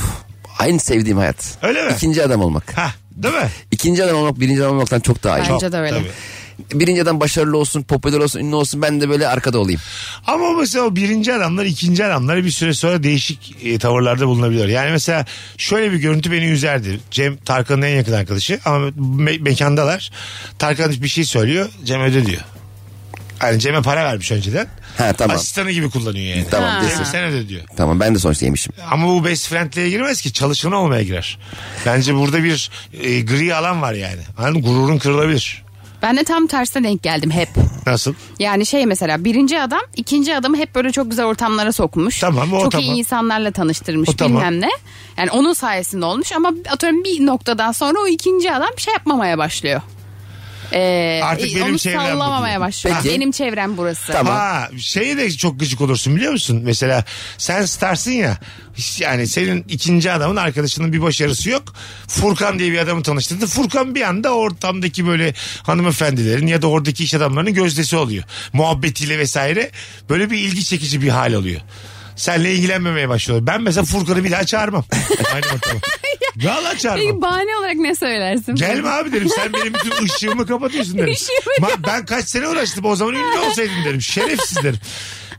Speaker 5: Aynı sevdiğim hayat.
Speaker 3: Öyle mi?
Speaker 5: İkinci adam olmak.
Speaker 3: Ha, değil mi?
Speaker 5: İkinci adam olmak birinci adam olmaktan çok daha iyi.
Speaker 4: Bence de öyle.
Speaker 3: Tabii.
Speaker 5: Birinci adam başarılı olsun, popüler olsun, ünlü olsun. Ben de böyle arkada olayım.
Speaker 3: Ama mesela o birinci adamlar ikinci adamlar bir süre sonra değişik e, tavırlarda bulunabiliyor. Yani mesela şöyle bir görüntü beni üzerdi. Cem Tarkan'ın en yakın arkadaşı ama me- mekandalar. Tarkan bir şey söylüyor Cem öde diyor. Yani Cem'e para vermiş önceden.
Speaker 5: Ha, tamam.
Speaker 3: Asistanı gibi kullanıyor yani.
Speaker 5: Tamam,
Speaker 3: Cem,
Speaker 5: desin.
Speaker 3: sen öde diyor.
Speaker 5: Tamam ben de sonuçta yemişim.
Speaker 3: Ama bu best friendliğe girmez ki çalışanı olmaya girer. Bence burada bir e, gri alan var yani. Anladın mı? Gururun kırılabilir.
Speaker 4: Ben de tam tersine denk geldim hep.
Speaker 3: Nasıl?
Speaker 4: Yani şey mesela birinci adam ikinci adamı hep böyle çok güzel ortamlara sokmuş.
Speaker 3: Tamam, o
Speaker 4: Çok
Speaker 3: tamam.
Speaker 4: iyi insanlarla tanıştırmış
Speaker 3: O
Speaker 4: bilmem
Speaker 3: tamam.
Speaker 4: ne. Yani onun sayesinde olmuş ama atıyorum bir noktadan sonra o ikinci adam şey yapmamaya başlıyor. Ee,
Speaker 3: Artık benim
Speaker 4: onu
Speaker 3: çevrem bu
Speaker 4: sallamamaya
Speaker 3: diyor.
Speaker 4: başlıyor.
Speaker 5: Peki.
Speaker 4: Benim çevrem burası.
Speaker 5: Tamam.
Speaker 3: Ha, şeye Şey de çok gıcık olursun biliyor musun? Mesela sen starsın ya. hiç Yani senin ikinci adamın arkadaşının bir başarısı yok. Furkan diye bir adamı tanıştırdı. Furkan bir anda ortamdaki böyle hanımefendilerin ya da oradaki iş adamlarının gözdesi oluyor. Muhabbetiyle vesaire. Böyle bir ilgi çekici bir hal oluyor. Senle ilgilenmemeye başlıyorlar. Ben mesela Furkan'ı bir daha çağırmam. Aynı ortama. Valla çağırmam.
Speaker 4: Peki bahane olarak ne söylersin?
Speaker 3: Gelme abi derim sen benim bütün ışığımı kapatıyorsun derim.
Speaker 4: Işığımı
Speaker 3: Ma- ben kaç sene uğraştım o zaman ünlü olsaydım derim. Şerefsiz derim.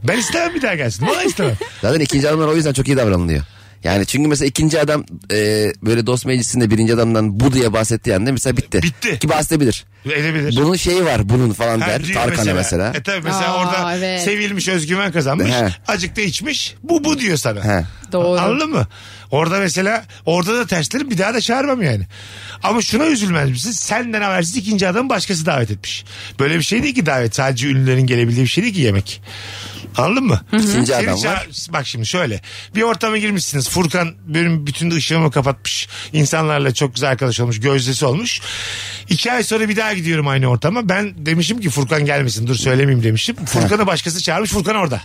Speaker 3: Ben istemem bir daha gelsin. Valla istemem.
Speaker 5: Zaten ikinci adamlar o yüzden çok iyi davranılıyor. Yani çünkü mesela ikinci adam e, böyle dost meclisinde birinci adamdan bu diye bahsettiği anda mesela bitti.
Speaker 3: Bitti.
Speaker 5: Ki bahsedebilir.
Speaker 3: Edebilir.
Speaker 5: Bunun şeyi var bunun falan
Speaker 3: Ha,
Speaker 5: der.
Speaker 3: diyor
Speaker 5: Tarkan'a mesela.
Speaker 3: E tabii mesela
Speaker 4: Aa,
Speaker 3: orada
Speaker 4: evet.
Speaker 3: sevilmiş özgüven kazanmış.
Speaker 5: He.
Speaker 3: Azıcık da içmiş. Bu bu diyor sana.
Speaker 5: He.
Speaker 4: Doğru.
Speaker 3: Anladın mı? Orada mesela orada da terslerim bir daha da çağırmam yani. Ama şuna üzülmez misin? Senden habersiz ikinci adamı başkası davet etmiş. Böyle bir şey değil ki davet. Sadece ünlülerin gelebildiği bir şey değil ki yemek. Anladın mı?
Speaker 5: İkinci
Speaker 3: E, Seni
Speaker 5: adam
Speaker 3: ça-
Speaker 5: var.
Speaker 3: Bak şimdi şöyle. Bir ortama girmişsiniz. Furkan benim bütün ışığımı kapatmış. İnsanlarla çok güzel arkadaş olmuş. Gözdesi olmuş. İki ay sonra bir daha gidiyorum aynı ortama. Ben demişim ki Furkan gelmesin. Dur söylemeyeyim demişim. Furkan'ı başkası çağırmış. Furkan orada.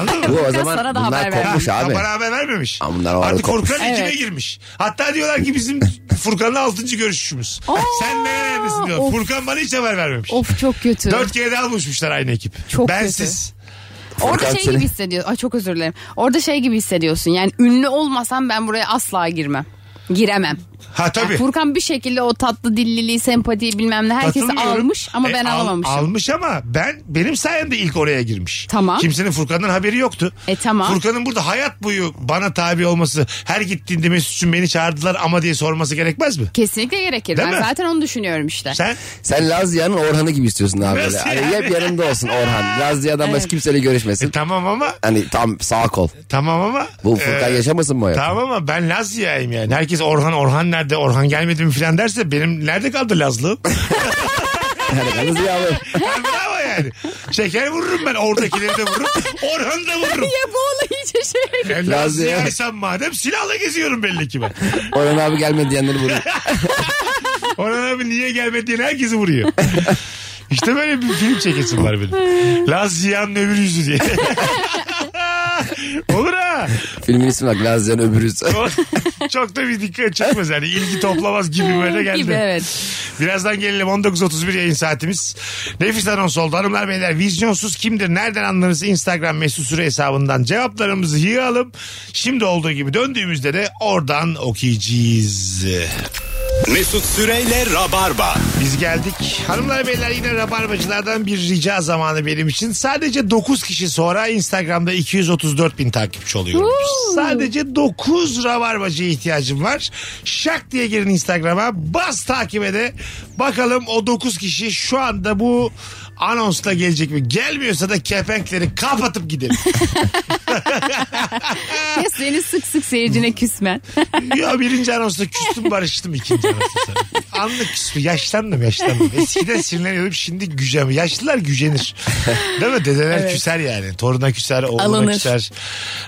Speaker 3: Anladın mı?
Speaker 5: Bu
Speaker 4: sana
Speaker 5: o zaman
Speaker 4: da haber
Speaker 5: bunlar
Speaker 4: vermiş.
Speaker 5: kopmuş
Speaker 3: Ha,
Speaker 5: abi.
Speaker 3: Bana haber vermemiş.
Speaker 5: Ha, bunlar o arada
Speaker 3: Artık
Speaker 5: kopmuş.
Speaker 3: Furkan ikine
Speaker 4: Evet.
Speaker 3: girmiş. Hatta diyorlar ki bizim Furkan'la altıncı görüşüşümüz.
Speaker 4: Aa,
Speaker 3: Sen nerelerdesin diyor.
Speaker 4: of.
Speaker 3: Furkan bana hiç haber vermemiş.
Speaker 4: Of çok kötü.
Speaker 3: Dört kere daha buluşmuşlar aynı ekip.
Speaker 4: Çok
Speaker 3: Bensiz.
Speaker 4: Orada
Speaker 5: Furkan
Speaker 4: şey
Speaker 5: seni-
Speaker 4: gibi hissediyorsun. Ay çok özür dilerim. Orada şey gibi hissediyorsun. Yani ünlü olmasam ben buraya asla girmem. Giremem.
Speaker 3: Ha tabii.
Speaker 4: Yani Furkan bir şekilde o tatlı dilliliği, sempatiyi bilmem ne herkesi
Speaker 3: Katılmıyorum.
Speaker 4: almış ama
Speaker 3: E,
Speaker 4: ben
Speaker 3: al-
Speaker 4: alamamışım.
Speaker 3: almış ama ben benim sayemde ilk oraya girmiş.
Speaker 4: Tamam.
Speaker 3: Kimsenin Furkan'dan haberi yoktu.
Speaker 4: E, tamam.
Speaker 3: Furkan'ın burada hayat boyu bana tabi olması her gittiğinde Mesut'un beni çağırdılar ama diye sorması gerekmez mi?
Speaker 4: Kesinlikle gerekir.
Speaker 3: Değil
Speaker 4: ben
Speaker 3: mi?
Speaker 4: zaten onu düşünüyorum işte.
Speaker 3: Sen
Speaker 5: Sen Lazia'nın Orhan'ı gibi istiyorsun abi.
Speaker 3: Nasıl
Speaker 5: Böyle. Hani
Speaker 3: yani?
Speaker 5: hep yanında olsun Orhan. Lazia'dan başka kimseyle görüşmesin.
Speaker 3: E, tamam ama
Speaker 5: Hani tam sağ kol.
Speaker 3: tamam ama
Speaker 5: Bu Furkan
Speaker 3: e,
Speaker 5: yaşamasın bu hayatı.
Speaker 3: Tamam ama ben Lazya'yım yani. Herkes Orhan Orhan nerede Orhan gelmedi mi filan derse benim nerede kaldı Lazlı?
Speaker 5: Yani Lazia abi.
Speaker 3: Bravo yani. Şeker vururum ben oradakileri de vururum. Orhan'ı da vururum.
Speaker 4: ya bu olay iyice şey.
Speaker 3: Yani
Speaker 5: Lazlı ya.
Speaker 3: Lazya'ysam madem silahla geziyorum belli ki ben.
Speaker 5: Orhan abi gelmedi diyenleri bunu.
Speaker 3: Orhan abi niye gelmedi diye herkesi vuruyor. İşte böyle bir film çekesim var benim. Lazya'nın öbür yüzü diye. Olur ha.
Speaker 5: Filmin ismi bak Lazia'nın öbürüz.
Speaker 3: Çok da bir dikkat çıkmaz yani. ilgi toplamaz gibi böyle geldi.
Speaker 4: Gibi evet.
Speaker 3: Birazdan gelelim 19.31 yayın saatimiz. Nefis anons oldu hanımlar beyler. Vizyonsuz kimdir nereden anlarız Instagram mesut süre hesabından cevaplarımızı yığalım. Şimdi olduğu gibi döndüğümüzde de oradan okuyacağız.
Speaker 2: Mesut Süreyle Rabarba.
Speaker 3: Biz geldik. Hanımlar beyler yine rabarbacılardan bir rica zamanı benim için. Sadece 9 kişi sonra Instagram'da 234 bin takipçi oluyorum. Sadece 9 rabarbacıya ihtiyacım var. Şak diye girin Instagram'a bas takibe de. Bakalım o 9 kişi şu anda bu anonsla gelecek mi? Gelmiyorsa da kepenkleri kapatıp gidelim.
Speaker 4: Ya seni sık sık seyircine küsmen.
Speaker 3: Hmm. ya birinci anonsla küstüm barıştım ikinci. bence anasını satayım. Anlık küsme yaşlandım yaşlandım. Eskiden sinirleniyordum şimdi gücem. Yaşlılar gücenir. Değil mi? Dedeler küser yani. Toruna küser, oğluna
Speaker 10: Alınır.
Speaker 3: küser.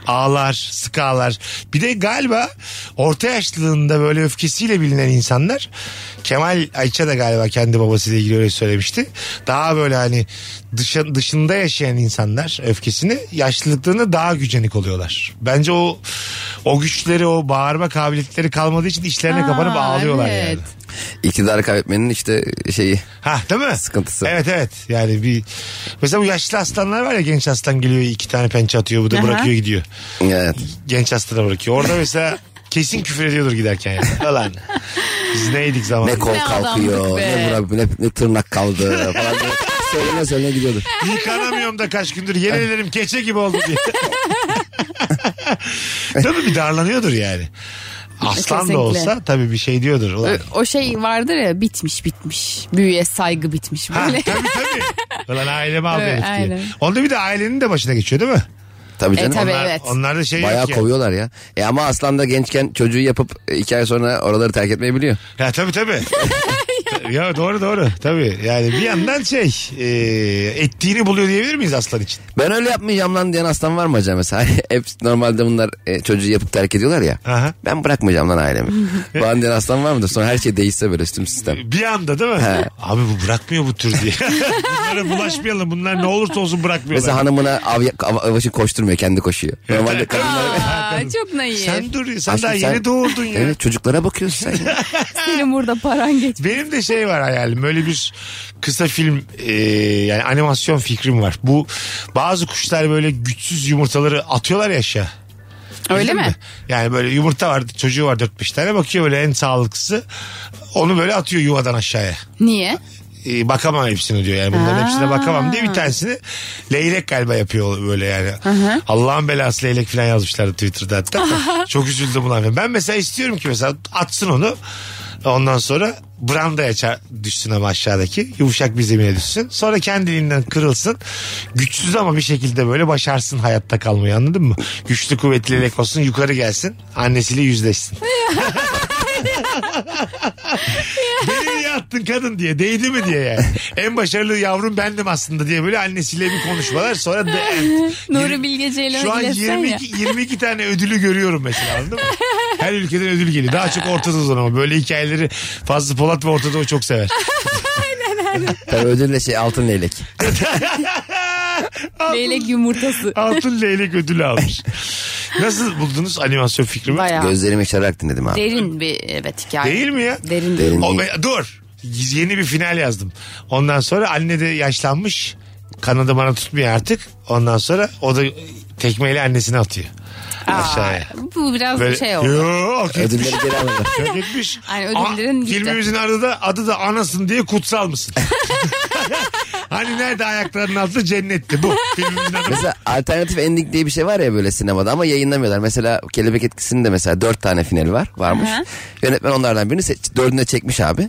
Speaker 3: Ağlar, sık ağlar. Bir de galiba orta yaşlılığında böyle öfkesiyle bilinen insanlar Kemal Ayça da galiba kendi babasıyla ilgili öyle söylemişti. Daha böyle hani dışa- dışında yaşayan insanlar öfkesini yaşlılıklarında daha gücenik oluyorlar. Bence o o güçleri o bağırma kabiliyetleri kalmadığı için içlerine kapanıp
Speaker 4: Aa,
Speaker 3: ağlıyorlar
Speaker 4: evet.
Speaker 3: yani.
Speaker 5: İktidarı kaybetmenin işte şeyi.
Speaker 3: Ha değil mi?
Speaker 5: Sıkıntısı.
Speaker 3: Evet evet. Yani bir mesela bu yaşlı aslanlar var ya genç aslan geliyor iki tane pençe atıyor bu da
Speaker 4: Aha.
Speaker 3: bırakıyor gidiyor.
Speaker 5: Evet.
Speaker 3: Genç aslana bırakıyor. Orada mesela kesin küfür ediyordur giderken yani. Falan. Biz neydik zamanında?
Speaker 5: Ne kol
Speaker 4: Ne adamlık
Speaker 5: kalkıyor.
Speaker 4: be.
Speaker 5: Ne, bura, ne, ne tırnak kaldı falan. diye söylene söylene gidiyordu.
Speaker 3: Yıkanamıyorum da kaç gündür yenilerim keçe gibi oldu diye. tabii bir darlanıyordur yani. Aslan
Speaker 4: Kesinlikle.
Speaker 3: da olsa tabii bir şey diyordur. Ulan.
Speaker 4: O şey vardır ya bitmiş bitmiş. Büyüye saygı bitmiş
Speaker 3: Ha,
Speaker 4: böyle.
Speaker 3: tabii tabii. Ulan ailemi aldı
Speaker 4: Evet,
Speaker 3: herif diye.
Speaker 4: aynen.
Speaker 3: Onda bir de ailenin de başına geçiyor değil mi?
Speaker 5: Tabii
Speaker 4: E,
Speaker 5: canım.
Speaker 4: tabii.
Speaker 3: Onlar,
Speaker 4: evet.
Speaker 3: onlar da şey yok
Speaker 5: Bayağı
Speaker 3: yani.
Speaker 5: kovuyorlar ya. E ama aslan da gençken çocuğu yapıp e, iki ay sonra oraları terk etmeyi biliyor.
Speaker 3: Ya tabii tabii. ya doğru doğru tabii yani bir yandan şey e, ettiğini buluyor diyebilir miyiz aslan için?
Speaker 5: Ben öyle yapmayacağım lan diyen aslan var mı acaba mesela? Hani Hep normalde bunlar e, çocuğu yapıp terk ediyorlar ya.
Speaker 3: Aha.
Speaker 5: Ben bırakmayacağım lan ailemi. Bana diyen aslan var mıdır? Sonra her şey değişse böyle üstüm sistem.
Speaker 3: Bir anda değil mi?
Speaker 5: He.
Speaker 3: Abi bu bırakmıyor bu tür diye. Bunlara bulaşmayalım bunlar ne olursa olsun bırakmıyorlar.
Speaker 5: Mesela hanımına av, av, av için koşturmuyor kendi koşuyor. Normalde kadınlar...
Speaker 4: Aa, çok naif.
Speaker 3: Sen dur sen
Speaker 5: Aşkım
Speaker 3: daha yeni
Speaker 5: sen-
Speaker 3: doğurdun ya.
Speaker 5: Evet çocuklara bakıyorsun sen. ya.
Speaker 4: Senin burada paran geç.
Speaker 3: Benim de şey var hayalim böyle bir kısa film e, yani animasyon fikrim var. Bu bazı kuşlar böyle güçsüz yumurtaları atıyorlar ya aşağı.
Speaker 4: Öyle
Speaker 3: Bildin
Speaker 4: mi?
Speaker 3: Yani böyle yumurta var çocuğu var 4-5 tane bakıyor böyle en sağlıklısı onu böyle atıyor yuvadan aşağıya.
Speaker 4: Niye?
Speaker 3: e, bakamam hepsini diyor yani bunların
Speaker 4: Aa.
Speaker 3: hepsine bakamam diye bir tanesini leylek galiba yapıyor böyle yani. Allah'ın belası leylek falan yazmışlardı Twitter'da hatta. Çok üzüldüm ulan. Ben mesela istiyorum ki mesela atsın onu ondan sonra brandaya ça- düşsün ama aşağıdaki yumuşak bir zemine düşsün. Sonra kendiliğinden kırılsın. Güçsüz ama bir şekilde böyle başarsın hayatta kalmayı anladın mı? Güçlü kuvvetli leylek olsun yukarı gelsin annesiyle yüzleşsin. Beni niye attın kadın diye değdi mi diye yani. En başarılı yavrum bendim aslında diye böyle annesiyle bir konuşmalar sonra the end.
Speaker 4: Nuri Bilge Ceylan'ı
Speaker 3: Şu an
Speaker 4: dilesen ya.
Speaker 3: 22, 22 tane ödülü görüyorum mesela anladın mı? Her ülkeden ödül geliyor. Daha çok Ortadoğu'dan ama böyle hikayeleri Fazlı Polat ve Ortadoğu çok sever.
Speaker 5: Tabii ödülle şey altın leylek.
Speaker 4: Leylek yumurtası.
Speaker 3: Altın leylek ödülü almış. Nasıl buldunuz animasyon fikrimi?
Speaker 4: Bayağı
Speaker 5: Gözlerimi yaşararak dinledim abi.
Speaker 4: derin bir evet hikaye.
Speaker 3: Değil mi ya?
Speaker 4: Derin.
Speaker 5: Derin
Speaker 3: O,
Speaker 5: değil.
Speaker 3: be- dur. Yeni bir final yazdım. Ondan sonra anne de yaşlanmış. Kanadı bana tutmuyor artık. Ondan sonra o da tekmeyle annesini atıyor. Aşağıya.
Speaker 4: Bu biraz
Speaker 3: Böyle,
Speaker 4: şey oldu.
Speaker 3: Yok gitmiş.
Speaker 5: Ödülleri geri alırlar.
Speaker 3: Yok gitmiş.
Speaker 4: Aynen, ödüllerin
Speaker 3: Aa,
Speaker 4: gitti.
Speaker 3: Filmimizin adı da, adı da anasın diye kutsal mısın? hani nerede ayaklarının altı cennetti bu. Filmimizin adı bu.
Speaker 5: Mesela alternatif ending diye bir şey var ya böyle sinemada ama yayınlamıyorlar. Mesela Kelebek Etkisi'nin de mesela dört tane finali var varmış.
Speaker 4: Hı hı.
Speaker 5: Yönetmen onlardan birini seç, dördüne çekmiş abi.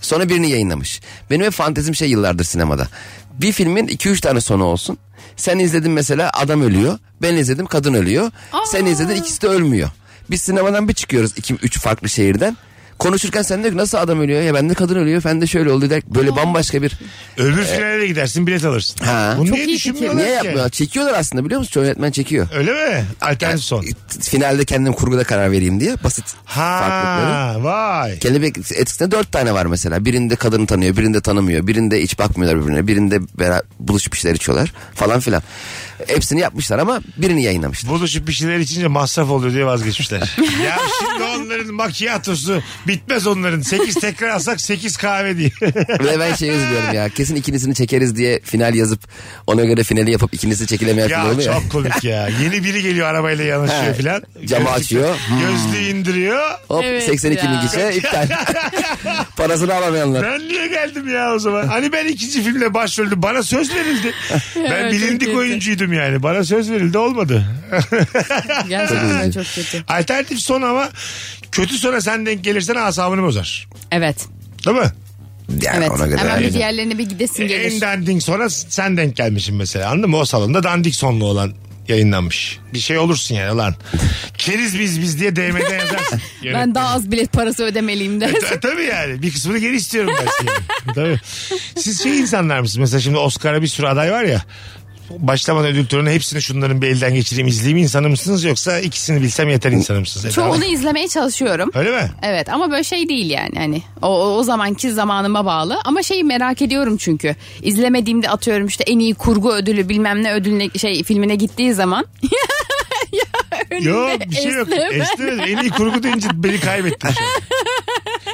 Speaker 5: Sonra birini yayınlamış. Benim hep fantezim şey yıllardır sinemada. Bir filmin iki üç tane sonu olsun. Sen izledin mesela adam ölüyor. Ben izledim kadın ölüyor. Sen izledin ikisi de ölmüyor. Biz sinemadan bir çıkıyoruz iki üç farklı şehirden. Konuşurken sen diyor ki nasıl adam ölüyor ya bende kadın ölüyor ben de şöyle oldu der. Böyle bambaşka bir
Speaker 3: Öbür finale de gidersin bilet alırsın.
Speaker 5: Ha.
Speaker 3: Bunu
Speaker 5: Çok
Speaker 3: niye
Speaker 4: iyi
Speaker 3: düşünmüyorlar
Speaker 5: niye
Speaker 3: ki?
Speaker 5: yapmıyorlar? Çekiyorlar aslında biliyor musun? Çoğu yönetmen çekiyor.
Speaker 3: Öyle mi? Alternatif son.
Speaker 5: finalde kendim kurguda karar vereyim diye basit farklılıkları.
Speaker 3: Ha, vay.
Speaker 5: Kelebek etkisinde dört tane var mesela. Birinde kadını tanıyor, birinde tanımıyor, birinde hiç bakmıyorlar birbirine, birinde beraber buluşup bir şeyler içiyorlar falan filan. Hepsini yapmışlar ama birini yayınlamışlar.
Speaker 3: Buluşup bir şeyler içince masraf oluyor diye vazgeçmişler. ya şimdi onların makyatosu bitmez onların. 8 tekrar alsak 8 kahve diye.
Speaker 5: Ve ben şey üzülüyorum ya kesin ikincisini çekeriz diye final yazıp ona göre finali yapıp ikincisi çekilemeyen
Speaker 3: ya
Speaker 5: final oluyor.
Speaker 3: çok komik ya. Yeni biri geliyor arabayla yanaşıyor
Speaker 5: Ha,
Speaker 3: filan.
Speaker 5: camı
Speaker 3: Gözlük-
Speaker 5: açıyor. Hmm.
Speaker 3: Gözlüğü indiriyor.
Speaker 5: Hop
Speaker 4: Evet
Speaker 5: 82 bin
Speaker 4: ya.
Speaker 5: gişe iptal. Parasını alamayanlar.
Speaker 3: Ben niye geldim ya o zaman? Hani ben ikinci filmle başroldüm. Bana söz verildi. ben
Speaker 4: Evet, çok
Speaker 3: bilindik
Speaker 4: kötü.
Speaker 3: oyuncuydum yani. Bana söz verildi olmadı.
Speaker 4: Gerçekten çok kötü.
Speaker 3: Alternatif son ama kötü sona sen denk gelirsen asabını bozar.
Speaker 4: Evet.
Speaker 3: Değil mi?
Speaker 5: Yani
Speaker 4: Evet.
Speaker 5: ona göre.
Speaker 4: Hemen bir
Speaker 5: yani.
Speaker 3: E,
Speaker 4: diğerlerine bir gidesin gelir.
Speaker 3: En dandik sonra sen denk gelmişsin mesela anladın mı? O salonda dandik sonlu olan yayınlanmış. Bir şey olursun yani lan. Keriz biz biz diye DM'den yazarsın. e,
Speaker 4: Ben daha az bilet parası ödemeliyim de.
Speaker 3: Ta- tabii yani. Bir kısmını geri istiyorum ben senin. tabii. Siz şey insanlar mısınız? Mesela şimdi Oscar'a bir sürü aday var ya. Başlamadan ödül törenine hepsini şunların bir elden geçireyim izleyeyim insanı mısınız yoksa ikisini bilsem yeter insanı mısınız?
Speaker 4: Çoğunu izlemeye çalışıyorum.
Speaker 3: Öyle mi?
Speaker 4: Evet ama böyle şey değil yani hani o, o, o zamanki zamanıma bağlı ama şeyi merak ediyorum çünkü izlemediğimde atıyorum işte en iyi kurgu ödülü bilmem ne ödülüne şey filmine gittiği zaman
Speaker 3: Yok bir şey yok.
Speaker 4: esneme.
Speaker 3: Esnemedim. En iyi kurgu deyince beni kaybettin şu an.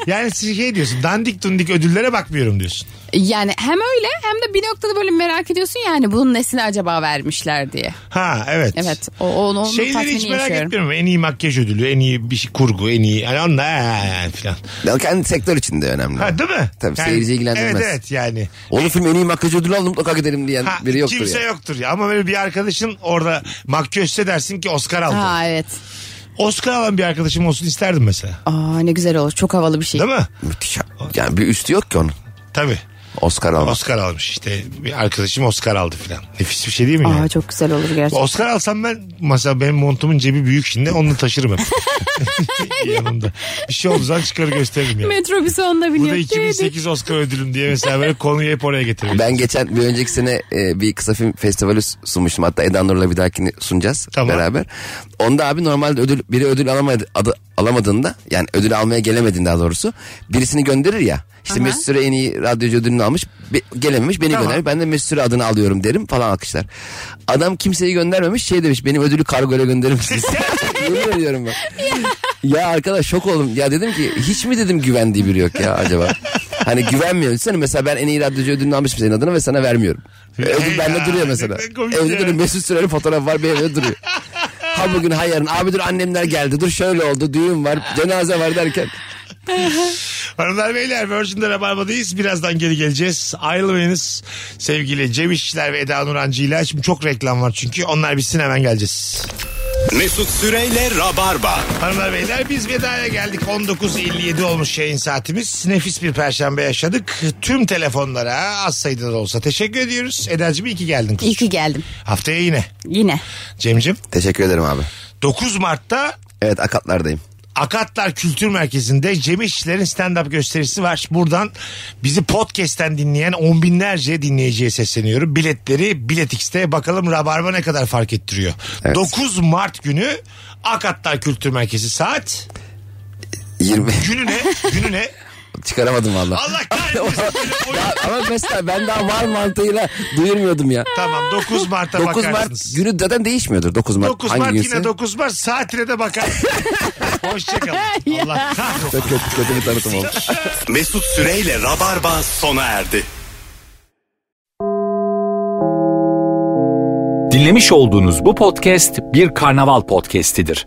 Speaker 3: Yani siz şey diyorsun dandik dundik ödüllere bakmıyorum diyorsun.
Speaker 4: yani hem öyle hem de bir noktada böyle merak ediyorsun yani bunun nesini acaba vermişler diye.
Speaker 3: Ha evet.
Speaker 4: Evet o, o, onu
Speaker 3: Şeyleri hiç
Speaker 4: tatmini
Speaker 3: merak
Speaker 4: yaşıyorum.
Speaker 3: etmiyorum. En iyi makyaj ödülü, en iyi bir şey, kurgu, en iyi. Yani onlar ha, filan.
Speaker 5: Ya Kendi sektör için de önemli.
Speaker 3: Ha değil mi?
Speaker 5: Tabii, seyirci ilgilendirmez.
Speaker 3: Evet evet yani.
Speaker 5: Oğlum film en iyi makyaj ödülü aldı mutlaka gidelim diyen
Speaker 3: Ha,
Speaker 5: biri yoktur
Speaker 3: kimse
Speaker 5: ya.
Speaker 3: yoktur ya. Ama böyle bir arkadaşın orada makyözse dersin ki Oscar aldı.
Speaker 4: Ha evet.
Speaker 3: Oscar alan bir arkadaşım olsun isterdim mesela.
Speaker 4: Aa ne güzel olur. Çok havalı bir şey.
Speaker 3: Değil mi?
Speaker 5: Müthiş. Yani bir üstü yok ki onun.
Speaker 3: Tabii.
Speaker 5: Oscar almak.
Speaker 3: Oscar almış işte. Bir arkadaşım Oscar aldı filan. Nefis bir şey değil mi? yani?
Speaker 4: Aa çok güzel olur gerçekten.
Speaker 3: Oscar alsam ben mesela benim montumun cebi büyük şimdi onu taşırım hep. Yanımda. Bir şey olduğu zaman çıkarı gösteririm yani.
Speaker 4: Metrobüsü onunla
Speaker 3: Bu da
Speaker 4: biniyor.
Speaker 3: 2008 Oscar ödülüm diye mesela böyle konuyu hep oraya getiriyorum.
Speaker 5: Ben geçen bir önceki sene e, bir kısa film festivali sunmuştum. Hatta Eda Nur'la bir dahakini sunacağız
Speaker 3: Tamam.
Speaker 5: beraber. Onda abi normalde ödül biri ödül alamadı, adı, alamadığında yani ödül almaya gelemediğinde daha doğrusu birisini gönderir ya. İşte Mesut Süre en iyi radyocu ödülünü almış. bir- gelememiş beni
Speaker 3: Tamam.
Speaker 5: gönderir. Ben de Mesut Süre adını alıyorum derim falan alkışlar. Adam kimseyi göndermemiş şey demiş benim ödülü kargoyla gönderir misiniz? Yemin ediyorum bak. Ya arkadaş şok oldum. Ya dedim ki hiç mi dedim güvendiği biri yok ya acaba? hani güvenmiyor. Sen mesela ben en iyi radyocu ödülünü almışım senin adına ve sana vermiyorum.
Speaker 3: Hey
Speaker 5: Ödül bende
Speaker 3: ya,
Speaker 5: duruyor mesela.
Speaker 3: ne komik ya.
Speaker 5: Evde duruyor. Mesut Sürer'in fotoğrafı var benim evde duruyor. Ha bugün ha yarın. Abi dur annemler geldi. Dur şöyle oldu. Düğün var. Cenaze var derken.
Speaker 3: Hanımlar beyler Virgin'de Rabarba'dayız. Birazdan geri geleceğiz. Ayrılmayınız sevgili Cem İşçiler ve Eda Nurancı ile. Şimdi çok reklam var çünkü. Onlar bitsin hemen geleceğiz.
Speaker 2: Mesut Süreyle Rabarba.
Speaker 3: Hanımlar beyler biz vedaya geldik. 19.57 olmuş yayın saatimiz. Nefis bir perşembe yaşadık. Tüm telefonlara az sayıda da olsa teşekkür ediyoruz. Eda'cığım iyi ki geldin kız.
Speaker 4: İyi ki geldim.
Speaker 3: Haftaya yine.
Speaker 4: Yine.
Speaker 3: Cem'cim
Speaker 5: Teşekkür ederim abi.
Speaker 3: 9 Mart'ta
Speaker 5: Evet akatlardayım.
Speaker 3: Akatlar Kültür Merkezi'nde Cem İşçilerin stand-up gösterisi var. Buradan bizi podcast'ten dinleyen on binlerce dinleyiciye sesleniyorum. Biletleri Bilet X'te bakalım Rabarba ne kadar fark ettiriyor.
Speaker 5: Evet.
Speaker 3: 9 Mart günü Akatlar Kültür Merkezi saat.
Speaker 5: 20.
Speaker 3: Günü ne? Günü ne?
Speaker 5: Çıkaramadım valla.
Speaker 3: Allah kahretmesin. Oyun-
Speaker 5: Ama mesela ben daha var mantığıyla duyurmuyordum ya.
Speaker 3: tamam 9 Mart'a
Speaker 5: 9 Mart
Speaker 3: bakarsınız.
Speaker 5: günü zaten değişmiyordur. 9 Mart
Speaker 3: 9
Speaker 5: hangi
Speaker 3: Mart
Speaker 5: günse.
Speaker 3: yine 9 Mart saatine de bakarsınız. Hoşçakalın. Allah kahretsin.
Speaker 5: Çok kötü, kötü bir tanıtım oldu.
Speaker 2: Mesut Süreyle Rabarba sona erdi.
Speaker 1: Dinlemiş olduğunuz bu podcast bir karnaval podcastidir.